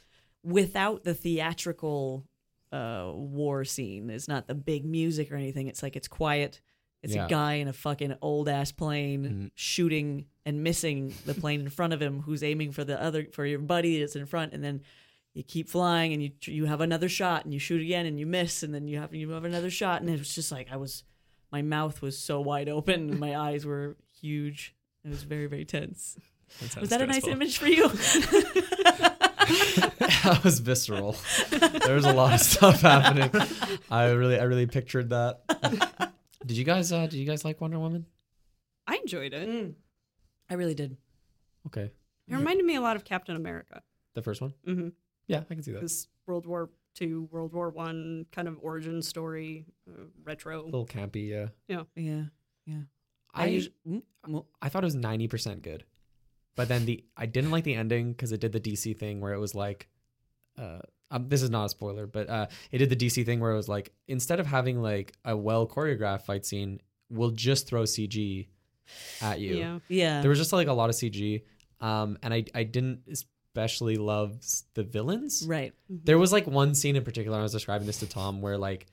F: without the theatrical uh war scene it's not the big music or anything it's like it's quiet it's
D: Yeah.
F: a guy in a fucking old ass plane shooting and missing the plane in front of him who's aiming for the other for your buddy that's in front and then you keep flying and you you have another shot and you shoot again and you miss and then you have you have another shot and it was just like I was my mouth was so wide open and my eyes were huge it was very very tense
E: sounds
F: was that a nice
E: stressful.
F: image for you
D: that was visceral. There was a lot of stuff happening. I really, I really pictured that. Did you guys, uh, did you guys like Wonder Woman?
C: I enjoyed it.
F: I really did
D: Okay,
C: It reminded me a lot of Captain America.
D: the first one.
C: Mm-hmm.
D: Yeah, I can see that.
C: This World War Two, World War One kind of origin story, uh,
D: A
C: retro.
D: little campy. Yeah,
F: yeah yeah
D: I,
F: usu- mm, well,
D: I thought it was ninety percent good, but then the I didn't like the ending because it did the DC thing where it was like, uh, um, this is not a spoiler, but uh, it did the DC thing where it was like instead of having like a well choreographed fight scene, we'll just throw CG at you.
C: Yeah,
F: yeah
D: there was just like a lot of CG, um, and I I didn't especially love s- the villains.
F: right
D: There was like one scene in particular. I was describing this to Tom, where like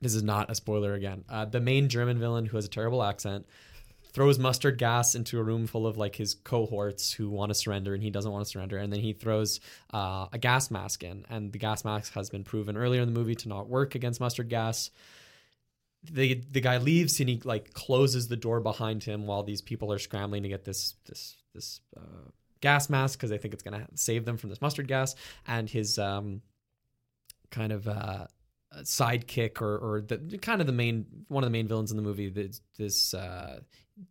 D: this is not a spoiler again. Uh, the main German villain who has a terrible accent throws mustard gas into a room full of like his cohorts who want to surrender and he doesn't want to surrender and then he throws uh, a gas mask in and the gas mask has been proven earlier in the movie to not work against mustard gas the the guy leaves and he like closes the door behind him while these people are scrambling to get this this this uh, gas mask because they think it's gonna save them from this mustard gas and his um kind of uh sidekick or or the kind of the main one of the main villains in the movie this, this uh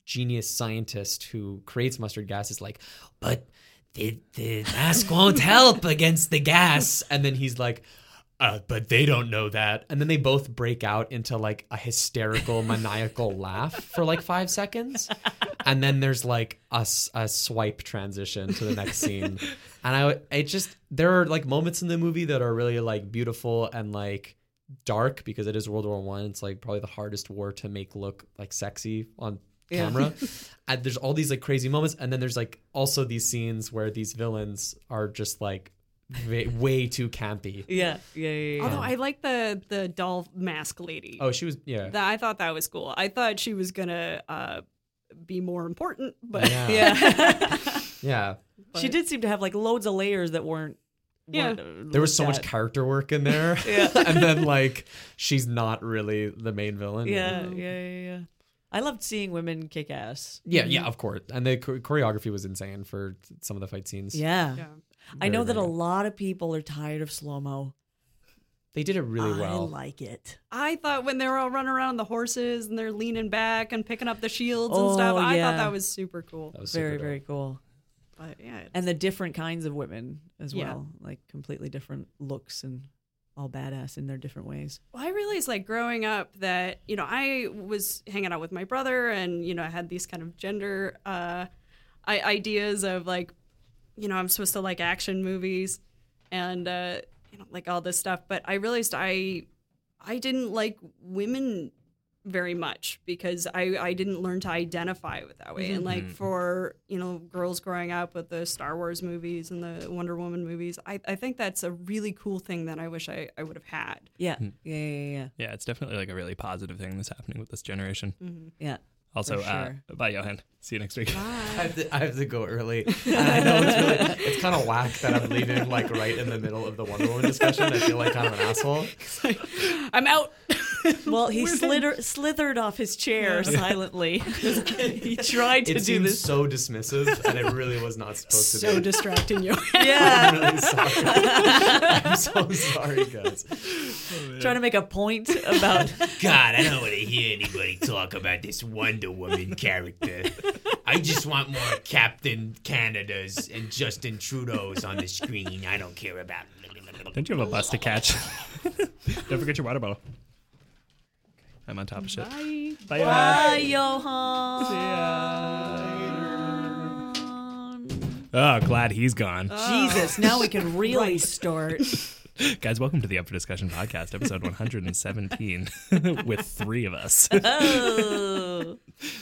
D: genius scientist who creates mustard gas is like but the, the mask won't help against the gas and then he's like uh, but they don't know that and then they both break out into like a hysterical maniacal laugh for like five seconds and then there's like a, s- a swipe transition to the next scene and i w- it just there are like moments in the movie that are really like beautiful and like dark because it is world war one it's like probably the hardest war to make look like sexy on camera and there's all these like crazy moments and then there's like also these scenes where these villains are just like va- way too campy
F: Yeah, yeah, yeah. yeah.
C: Although I like the the doll mask lady.
D: oh she was yeah
C: That I thought that was cool. I thought she was gonna uh, be more important, but
D: Yeah.
F: yeah.
D: yeah
F: she did seem to have like loads of layers that weren't.
C: Yeah.
F: weren't, uh,
D: there was so
F: looked
D: much
F: at.
D: character work in there
F: Yeah.
D: and then like she's not really the main villain
F: Yeah, yeah, yeah, yeah. I loved seeing women kick ass.
D: yeah yeah of course and the cho- choreography was insane for some of the fight scenes
F: Yeah.
C: yeah.
F: I know
D: Very,
F: that a
D: very good.
F: lot of people are tired of slow mo.
D: they did it really well
F: I like it.
C: I thought when they were all running around on the horses and they're leaning back and picking up the shields and
F: Oh,
C: stuff, I
F: yeah.
C: thought that was super cool.
D: that was super
F: Very,
D: dope.
F: very cool.
C: But yeah,
F: And the different kinds of women as
C: Yeah.
F: well, like completely different looks and all badass in their different ways.
C: Well, I realized like growing up that you know I was hanging out with my brother, and you know I had these kind of gender uh, I- ideas of like, you know I'm supposed to like action movies, and uh, you know like all this stuff. But I realized I I didn't like women very much because I I didn't learn to identify with that way. And like for you know girls growing up with the Star Wars movies and the Wonder Woman movies, I I think that's a really cool thing that I wish I I would have had.
F: Yeah.
D: Hmm.
F: Yeah, yeah, yeah.
E: Yeah, it's definitely like a really positive thing that's happening with this generation.
F: Yeah.
E: Also,
F: Mm-hmm. For
E: uh, bye, Johan. See you next week.
D: I have, to, I have to go early. And I know it's, really, it's kind of whack that I'm leaving like right in the middle of the Wonder Woman discussion. I feel like kind of an asshole.
C: I'm out.
F: Well, he slither- slithered off his chair silently. he tried to
D: It
F: do
D: seems
F: this.
D: so dismissive, and it really was not supposed to
C: so
D: be.
C: distracting you.
F: yeah.
D: I'm really sorry. I'm so sorry, guys.
F: Trying to make a point about.
H: God, I don't want to hear anybody talk about this Wonder Woman character. I just want more Captain Canada's and Justin Trudeau's on the screen. I don't care about.
E: Don't you have a bus to catch? Don't forget your water bottle. I'm on top of shit. Bye. Bye.
F: Hi, Johan.
E: Oh, glad he's gone.
F: Jesus, now we can really start.
E: Guys, welcome to the Up for Discussion podcast, episode 117, with three of us.
F: Oh.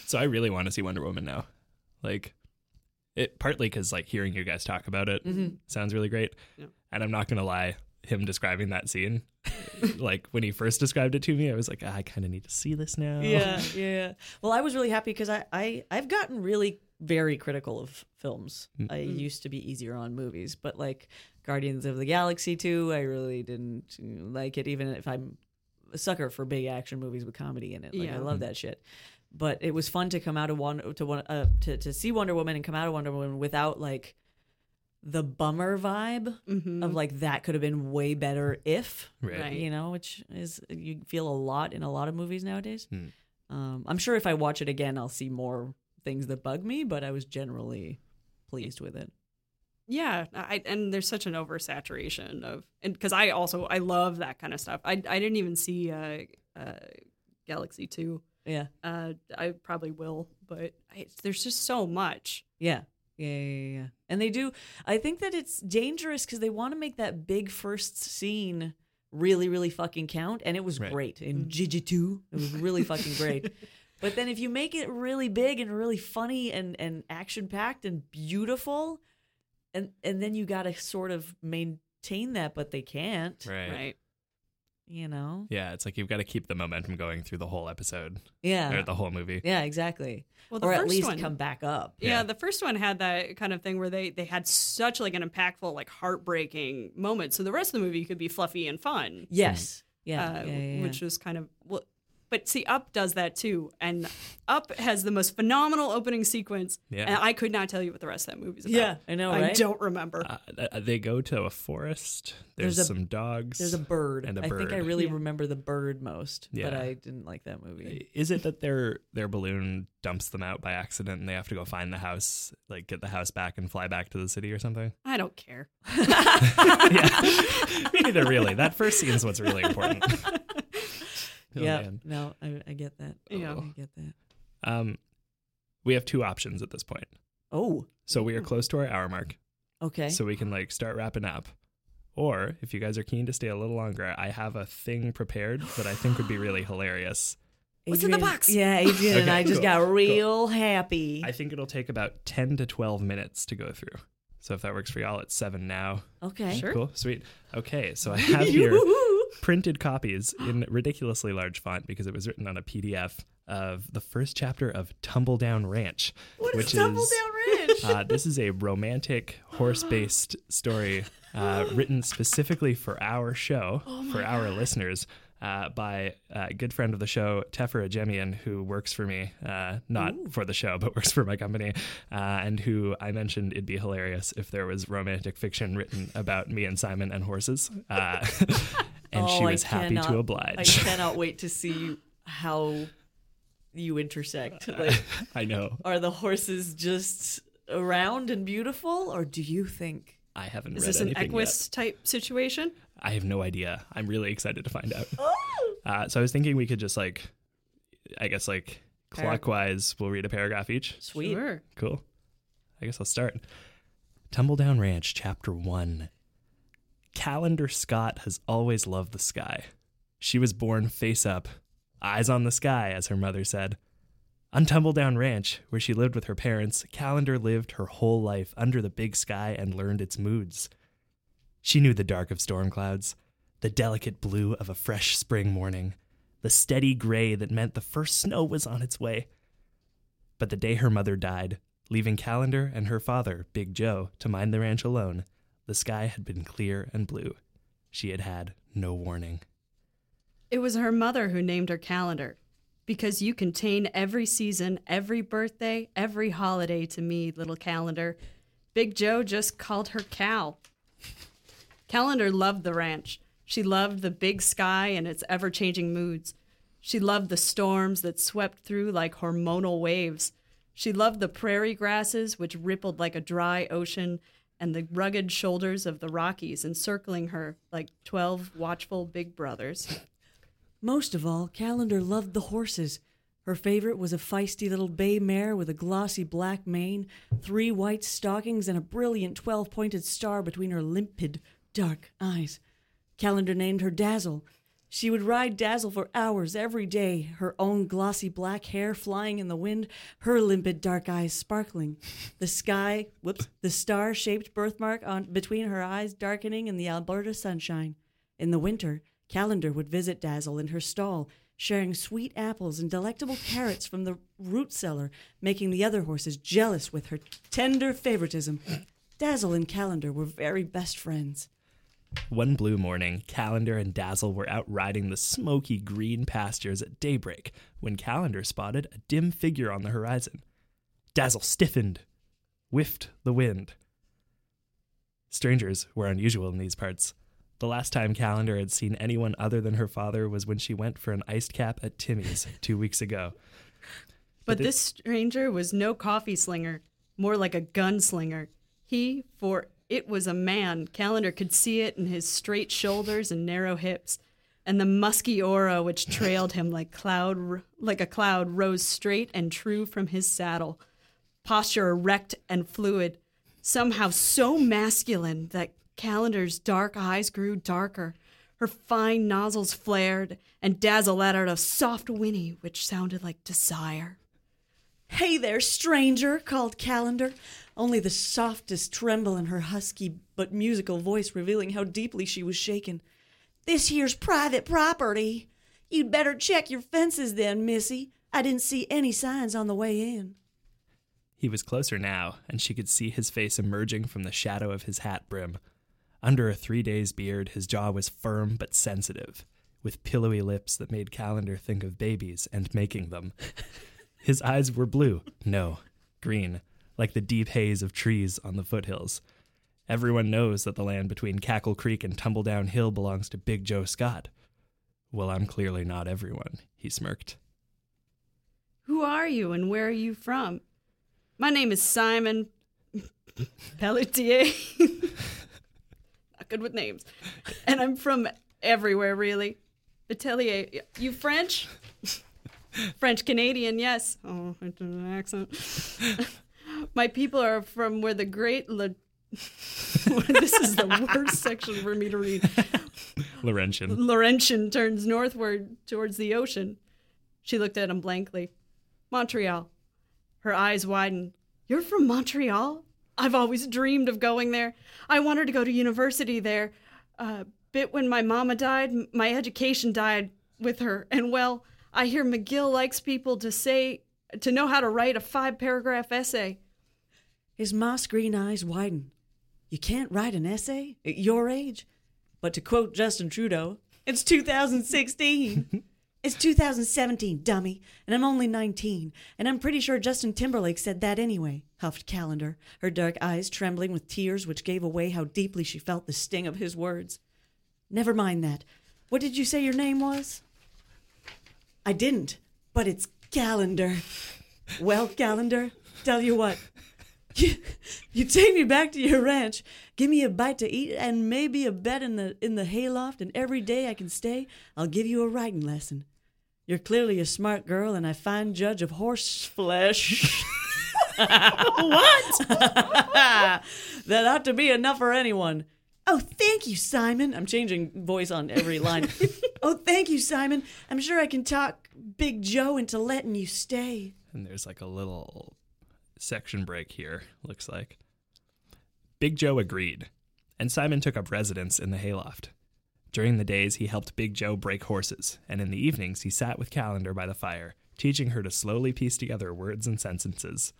E: so I really want to see Wonder Woman now. Like, it partly because like hearing you guys talk about it
F: Mm-hmm.
E: sounds really great, and I'm not gonna lie, him describing that scene, like when he first described it to me, I was like, "Ah, I kind of need to see this now.
F: yeah, yeah. Well, I was really happy because I, I, I've gotten really very critical of films. I used to be easier on movies, but like Guardians of the Galaxy 2, I really didn't like it, even if I'm a sucker for big action movies with comedy in it. Like, I
C: Yeah.
F: love that shit. But it was fun to come out of one to one uh, to to see Wonder Woman and come out of Wonder Woman without like the bummer vibe
C: Mm.
F: of like that could have been way better if
E: Right.
C: Right.
F: you know, which is you feel a lot in a lot of movies nowadays. Um, I'm sure if I watch it again, I'll see more things that bug me, but I was generally pleased with it.
C: yeah, I, and there's such an oversaturation of, and because I also I love that kind of stuff. I I didn't even see uh, uh, Galaxy Two.
F: Yeah,
C: Uh, I probably will, but I, there's just so much.
F: yeah, yeah, yeah, yeah, yeah. And they do. I think that it's dangerous because they want to make that big first scene really, really fucking count, and it was
E: Right.
F: great in
C: Mm.
F: Gigi Two. It was really fucking great. But then if you make it really big and really funny and and action packed and beautiful, and and then you got to sort of maintain that, but they can't.
C: Right.
F: you know?
E: Yeah, it's like you've got to keep the momentum going through the whole episode or
F: Yeah.
E: the whole movie.
F: Yeah, exactly.
C: Well,
F: or at least come back up.
C: Yeah.
E: Yeah.
C: the first one had that kind of thing where they they had such like an impactful, like heartbreaking moment. So the rest of the movie could be fluffy and fun,
F: Yes. Yeah.
C: uh,
F: yeah, yeah, yeah.
C: which was kind of. Well, but see, Up does that too, and Up has the most phenomenal opening sequence,
E: Yeah.
C: and I could not tell you what the rest of that movie's about.
F: yeah, I know,
C: I
F: right?
C: don't remember.
E: Uh, th- uh, they go to a forest. There's,
F: There's a-
E: some dogs.
F: There's a bird.
E: And a
F: I think I
E: bird.
F: really
C: Yeah.
F: remember the bird most, but
E: Yeah.
F: I didn't like that movie.
E: Is it that their their balloon dumps them out by accident and they have to go find the house, like get the house back and fly back to the city or something?
C: I don't care.
E: yeah, me neither. Really, that first scene is what's really important. Oh,
F: yeah.
E: man. Oh.
F: No, I, I get that.
C: Yeah.
F: I get that.
E: Um, we have two options at this point.
F: Oh,
E: So we are close to our hour mark,
F: okay.
E: so we can like start wrapping up. Or if you guys are keen to stay a little longer, I have a thing prepared that I think would be really hilarious.
F: What's in the box? Yeah, Adrian and
E: Okay,
F: I just
E: cool,
F: got
E: cool.
F: real happy.
E: I think it'll take about ten to twelve minutes to go through. So if that works for y'all, it's seven now.
F: okay.
E: Cool. Sweet. Okay. So I have here printed copies in ridiculously large font because it was written on a PDF of the first chapter of Tumbledown Ranch. What which is Tumbledown Ranch? Uh, this is a romantic horse based story uh, written specifically for our show, for our listeners. Uh, by uh, a good friend of the show, Tefera Jemian, who works for me, uh, not for the show, but works for my company, uh, and who I mentioned it'd be hilarious if there was romantic fiction written about me and Simon and horses. Uh, and she
F: Oh, I
E: was happy
F: cannot-
E: to
F: I
E: oblige.
F: cannot wait to see how you intersect. Like,
E: I know.
F: are the horses just around and beautiful, or do you think?
E: I haven't
C: Is
E: read
C: this an
E: anything yet.
C: Equus type situation?
E: I have no idea. I'm really excited to find out. Uh, so I was thinking we could just like, I guess like clockwise, we'll read a paragraph each.
F: Sweet.
C: Sure.
E: Cool. I guess I'll start. Tumbledown Ranch, Chapter 1. Calendar Scott has always loved the sky. She was born face up, eyes on the sky, as her mother said. On Tumbledown Ranch, where she lived with her parents, Calendar lived her whole life under the big sky and learned its moods. She knew the dark of storm clouds, the delicate blue of a fresh spring morning, the steady gray that meant the first snow was on its way but the day her mother died, leaving Calendar and her father, Big Joe, to mind the ranch alone, the sky had been clear and blue. She had had no warning.
C: It was her mother who named her calendar. Because you contain every season, every birthday, every holiday to me, little calendar. Big Joe just called her Cal. Calendar loved the ranch. She loved the big sky and its ever changing moods. She loved the storms that swept through like hormonal waves. She loved the prairie grasses, which rippled like a dry ocean, and the rugged shoulders of the Rockies encircling her like 12 watchful big brothers.
F: Most of all, Calendar loved the horses. Her favorite was a feisty little bay mare with a glossy black mane, three white stockings, and a brilliant twelve pointed star between her limpid, dark eyes. Calendar named her Dazzle. She would ride Dazzle for hours every day, her own glossy black hair flying in the wind, her limpid dark eyes sparkling. The sky, whoops, the star shaped birthmark on between her eyes darkening in the Alberta sunshine. In the winter, Calendar would visit Dazzle in her stall, sharing sweet apples and delectable carrots from the root cellar, making the other horses jealous with her tender favoritism. Dazzle and Calendar were very best friends.
E: One blue morning, Calendar and Dazzle were out riding the smoky green pastures at daybreak when Calendar spotted a dim figure on the horizon. Dazzle stiffened, whiffed the wind. Strangers were unusual in these parts. The last time Calendar had seen anyone other than her father was when she went for an iced cap at Timmy's two weeks ago.
C: But
E: But it-
C: this stranger was no coffee slinger, more like a gunslinger. He, for it was a man, Calendar could see it in his straight shoulders and narrow hips, and the musky aura which trailed him like cloud, like a cloud, rose straight and true from his saddle. Posture erect and fluid, somehow so masculine that Calendar's dark eyes grew darker. Her fine nozzles flared, and Dazzle let out a soft whinny which sounded like desire.
F: Hey there, stranger, called Calendar, only the softest tremble in her husky but musical voice revealing how deeply she was shaken. This here's private property. You'd better check your fences then, Missy. I didn't see any signs on the way in.
E: He was closer now, and she could see his face emerging from the shadow of his hat brim. Under a three days beard, his jaw was firm but sensitive, with pillowy lips that made Calendar think of babies and making them. His eyes were blue, no, green, like the deep haze of trees on the foothills. Everyone knows that the land between Cackle Creek and Tumbledown Hill belongs to Big Joe Scott. Well, I'm clearly not everyone, he smirked.
C: Who are you and where are you from? My name is Simon Pelletier. Not good with names. And I'm from everywhere, really. Atelier. You French? French Canadian, yes. Oh, I did an accent. My people are from where the great. Le- this is the worst section for me to read.
E: Laurentian.
C: Laurentian turns northward towards the ocean. She looked at him blankly. Montreal. Her eyes widened. You're from Montreal? I've always dreamed of going there. I wanted to go to university there. Uh, bit when my mama died, m- my education died with her. And well, I hear McGill likes people to say, to know how to write a five paragraph essay.
F: His moss green eyes widen. You can't write an essay at your age. But to quote Justin Trudeau, it's 2016. it's 2017, dummy, and I'm only 19, and I'm pretty sure Justin Timberlake said that anyway, huffed Calendar, her dark eyes trembling with tears which gave away how deeply she felt the sting of his words. Never mind that. What did you say your name was? I didn't, but it's Calendar. Well, Calendar, tell you what, you, you take me back to your ranch, give me a bite to eat, and maybe a bed in the in the hayloft. And every day I can stay, I'll give you a writing lesson. You're clearly a smart girl and a fine judge of horse flesh. what? that ought to be enough for anyone. Oh, thank you, Simon. I'm changing voice on every line. oh, thank you, Simon. I'm sure I can talk Big Joe into letting you stay.
E: And there's like a little section break here, looks like. Big Joe agreed, and Simon took up residence in the hayloft. During the days, he helped Big Joe break horses, and in the evenings, he sat with Calendar by the fire, teaching her to slowly piece together words and sentences.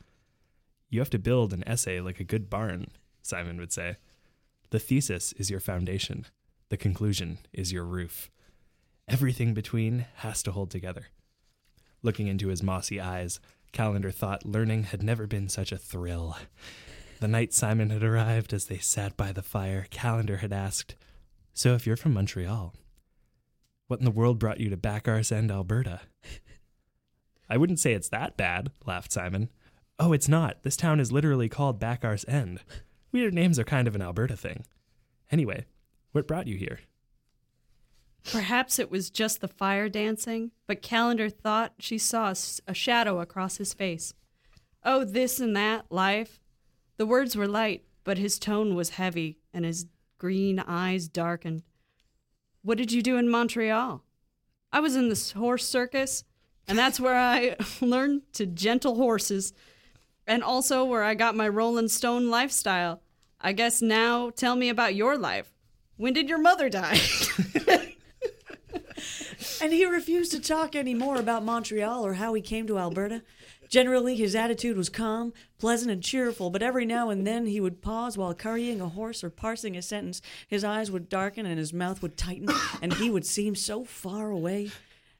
E: You have to build an essay like a good barn, Simon would say. The thesis is your foundation, the conclusion is your roof. Everything between has to hold together. Looking into his mossy eyes, Calendar thought learning had never been such a thrill. The night Simon had arrived, as they sat by the fire, Calendar had asked, So if you're from Montreal, what in the world brought you to Backarse and Alberta? I wouldn't say it's that bad, laughed Simon. Oh, it's not. This town is literally called Backarse End. Weird names are kind of an Alberta thing. Anyway, what brought you here?
C: Perhaps it was just the fire dancing, but Calendar thought she saw a, s- a shadow across his face. Oh, this and that, life. The words were light, but his tone was heavy, and his green eyes darkened. What did you do in Montreal? I was in this horse circus, and that's where I learned to gentle horses, and also where I got my Rolling Stone lifestyle. I guess now tell me about your life. When did your mother die?
F: And he refused to talk any more about Montreal or how he came to Alberta. Generally, his attitude was calm, pleasant, and cheerful, but every now and then he would pause while currying a horse or parsing a sentence. His eyes would darken and his mouth would tighten, and he would seem so far away.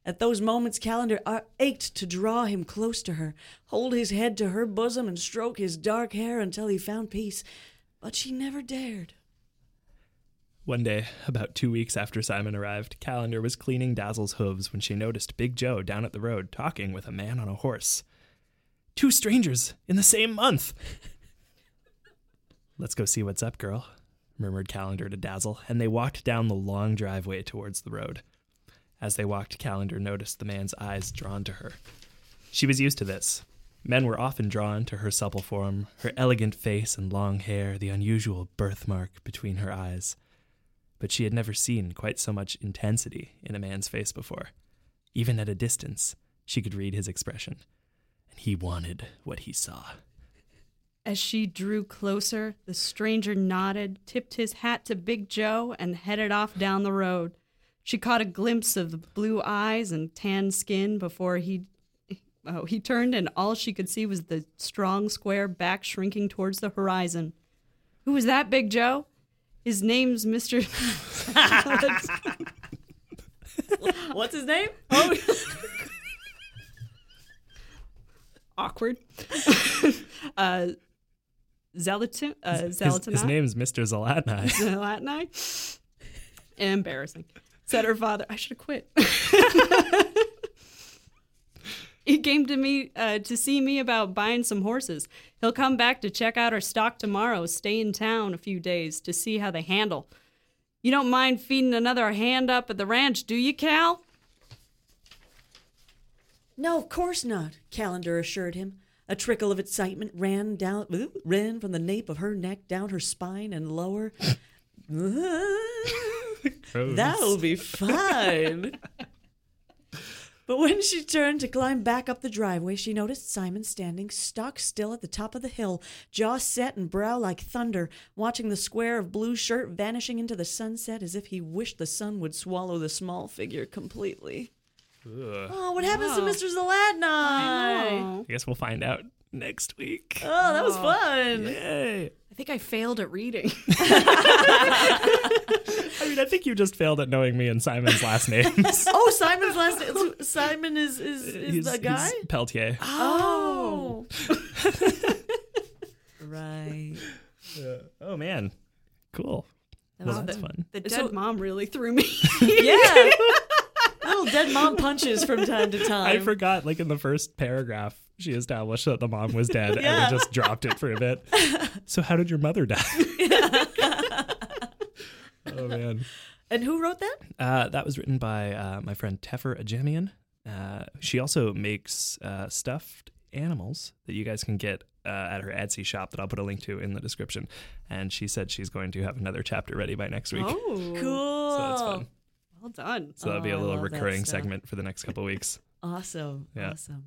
F: At those moments, Calendar a- ached to draw him close to her, hold his head to her bosom, and stroke his dark hair until he found peace. But she never dared.
E: One day, about two weeks after Simon arrived, Calendar was cleaning Dazzle's hooves when she noticed Big Joe down at the road talking with a man on a horse. Two strangers in the same month! Let's go see what's up, girl, murmured Calendar to Dazzle, and they walked down the long driveway towards the road. As they walked, Calendar noticed the man's eyes drawn to her. She was used to this. Men were often drawn to her supple form, her elegant face and long hair, the unusual birthmark between her eyes but she had never seen quite so much intensity in a man's face before. Even at a distance, she could read his expression. And he wanted what he saw.
C: As she drew closer, the stranger nodded, tipped his hat to Big Joe, and headed off down the road. She caught a glimpse of the blue eyes and tan skin before he oh, he turned and all she could see was the strong square back shrinking towards the horizon. Who was that, Big Joe? His name's Mr.
F: What's his name?
C: Oh. Awkward. uh Zalatin uh
E: His, his
C: Zalatinat?
E: name's Mr. Zalatni.
C: that night. Embarrassing. Said her father, I should have quit. he came to me uh, to see me about buying some horses. He'll come back to check out our stock tomorrow, stay in town a few days to see how they handle. You don't mind feeding another hand up at the ranch, do you, Cal?
F: No, of course not, Calendar assured him. A trickle of excitement ran down ooh, ran from the nape of her neck down her spine and lower. That'll be fine. but when she turned to climb back up the driveway, she noticed Simon standing stock still at the top of the hill, jaw set and brow like thunder, watching the square of blue shirt vanishing into the sunset as if he wished the sun would swallow the small figure completely. Oh, what happens to Mr. Zaladni?
E: I guess we'll find out next week.
F: Oh, that was fun.
E: Yay.
C: I think I failed at reading.
E: I mean, I think you just failed at knowing me and Simon's last names.
F: Oh, Simon's last name. Simon is is, is the guy. Ah.
E: he's Peltier.
F: Oh. right.
E: Oh, man. Cool. Well, that's fun.
C: The dead
F: So-
C: mom really threw me.
F: Yeah. Little dead mom punches from time to time.
E: I forgot, like, in the first paragraph, she established that the mom was dead and we just dropped it for a bit. So, how did your mother die? oh, man.
F: and who wrote that?
E: Uh, that was written by uh, my friend Tefer Ajemian. Uh, she also makes uh, stuffed animals that you guys can get uh, at her Etsy shop that I'll put a link to in the description. And she said she's going to have another chapter ready by next week.
C: oh,
F: Cool.
E: So that's fun.
C: Well done.
E: So that'll be a
F: Oh, I
E: little
F: love that
E: recurring
F: stuff.
E: segment for the next couple weeks.
F: Awesome.
E: Yeah.
F: Awesome.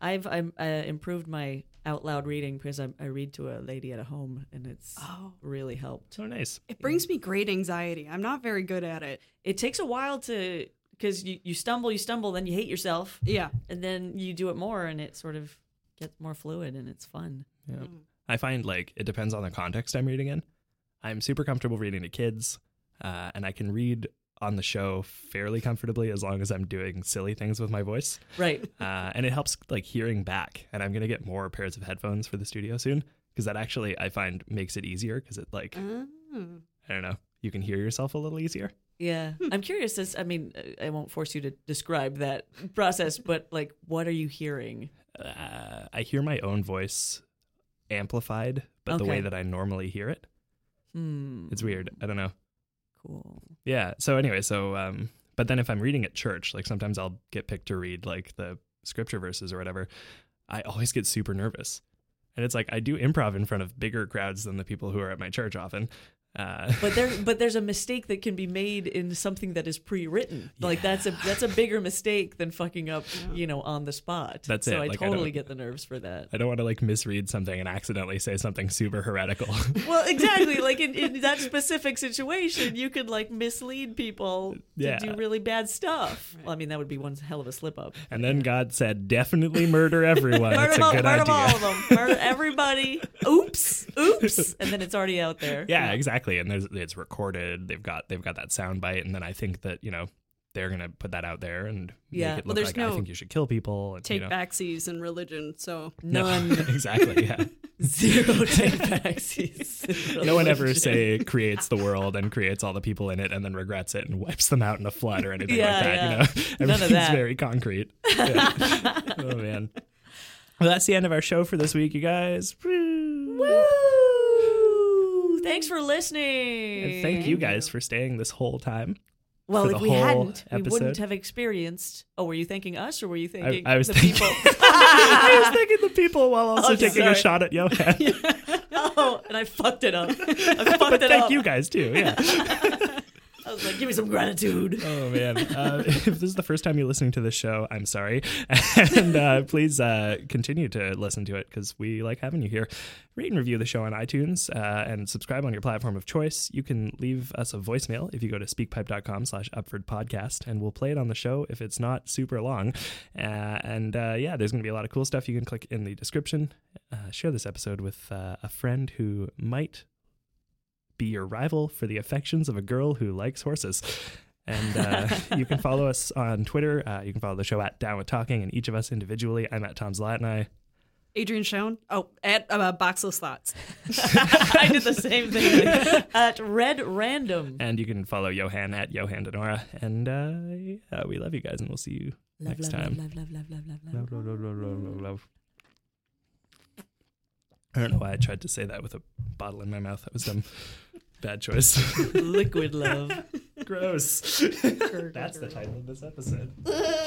F: I've I'm, uh, improved my out loud reading because I, I read to a lady at a home and it's
C: Oh.
F: really helped.
E: So nice.
C: It brings me great anxiety. I'm not very good at it.
F: It takes a while to because you, you stumble, you stumble, then you hate yourself.
C: Yeah.
F: and then you do it more and it sort of gets more fluid and it's fun
E: Yeah. I find like it depends on the context I'm reading in. I'm super comfortable reading to kids, uh, and I can read on the show fairly comfortably as long as I'm doing silly things with my voice.
F: right
E: uh, and it helps like hearing back. And I'm gonna get more pairs of headphones for the studio soon because that actually I find makes it easier because it like
C: Oh.
E: I don't know you can hear yourself a little easier.
F: yeah i'm curious as i mean uh, i won't force you to describe that process but like what are you hearing
E: Uh, I hear my own voice amplified, but the way
F: Okay.
E: that I normally hear it,
F: hmm
E: it's weird. I don't know.
F: cool
E: Yeah. So anyway, so um, but then if I'm reading at church, like sometimes I'll get picked to read like the scripture verses or whatever. I always get super nervous, and it's like I do improv in front of bigger crowds than the people who are at my church often. Uh,
F: but there but there's a mistake that can be made in something that is pre-written like that's a that's a bigger mistake than fucking up you know on the spot
E: That's
F: so
E: it.
F: i
E: Like, I don't-
F: totally get the nerves for that
E: I don't want to like misread something and accidentally say something super heretical.
F: well exactly like in, in that specific situation you could like mislead people
E: Yeah.
F: to do really bad stuff well, i mean that would be one hell of a slip up
E: and then God said, definitely murder everyone. It's Oh, a
F: Murder, them all,
E: good
F: murder them all
E: idea.
F: of them. Murder everybody. Oops. Oops. And then it's already out there.
E: Yeah, exactly. And there's it's recorded. They've got they've got that sound bite, and then I think that, you know, they're gonna put that out there and
F: Yeah.
E: make it
C: Well,
E: look
C: there's
E: like I
C: no
E: think you should kill people and
C: Take
E: you know.
C: backsies in religion. So
E: No,
F: None.
E: exactly. Yeah.
F: Zero take backs. He's-
E: No one ever say creates the world and creates all the people in it and then regrets it and wipes them out in a flood or anything
F: Yeah,
E: like that.
F: yeah.
E: You know, everything's
F: None of that.
E: very concrete. Yeah. oh man. Well, that's the end of our show for this week, you guys.
F: Woo! Thanks for listening.
E: And thank you guys for staying this whole time.
F: Well,
E: for
F: if
E: the
F: we
E: whole
F: hadn't, we
E: episode.
F: wouldn't have experienced. Oh, were you thanking us or were you
E: I,
F: thanking
E: I was
F: the
E: thinking,
F: people?
E: I was thanking the people while also
F: Okay,
E: taking a
F: sorry.
E: shot at Johan.
F: oh, and I fucked it up. I fucked
E: but
F: it
E: thank
F: up.
E: you guys too. Yeah.
F: I was like, give me some gratitude.
E: Oh man! Uh, if this is the first time you're listening to this show, I'm sorry, and uh, please uh, continue to listen to it because we like having you here. Rate and review the show on iTunes uh, and subscribe on your platform of choice. You can leave us a voicemail if you go to speakpipe.com/slash Upford Podcast, and we'll play it on the show if it's not super long. Uh, and uh, yeah, there's going to be a lot of cool stuff you can click in the description. Uh, share this episode with uh, a friend who might be your rival for the affections of a girl who likes horses. And uh, you can follow us on Twitter. Uh, you can follow the show at Down with Talking and each of us individually. I'm at Tom Zlatni.
C: Adrian Schoen. Oh, at uh, Boxless Thoughts.
F: I did the same thing at Red Random.
E: And you can follow Johan at Johan Denora. And uh, yeah, we love you guys and we'll see you
F: Love,
E: next
F: love,
E: time.
F: love, love, love, love, love, love,
E: Love,
F: love.
E: love, love, love, love, love. I don't know why I tried to say that with a bottle in my mouth. That was dumb. Bad choice.
F: Liquid love.
E: Gross. That's the title of this episode.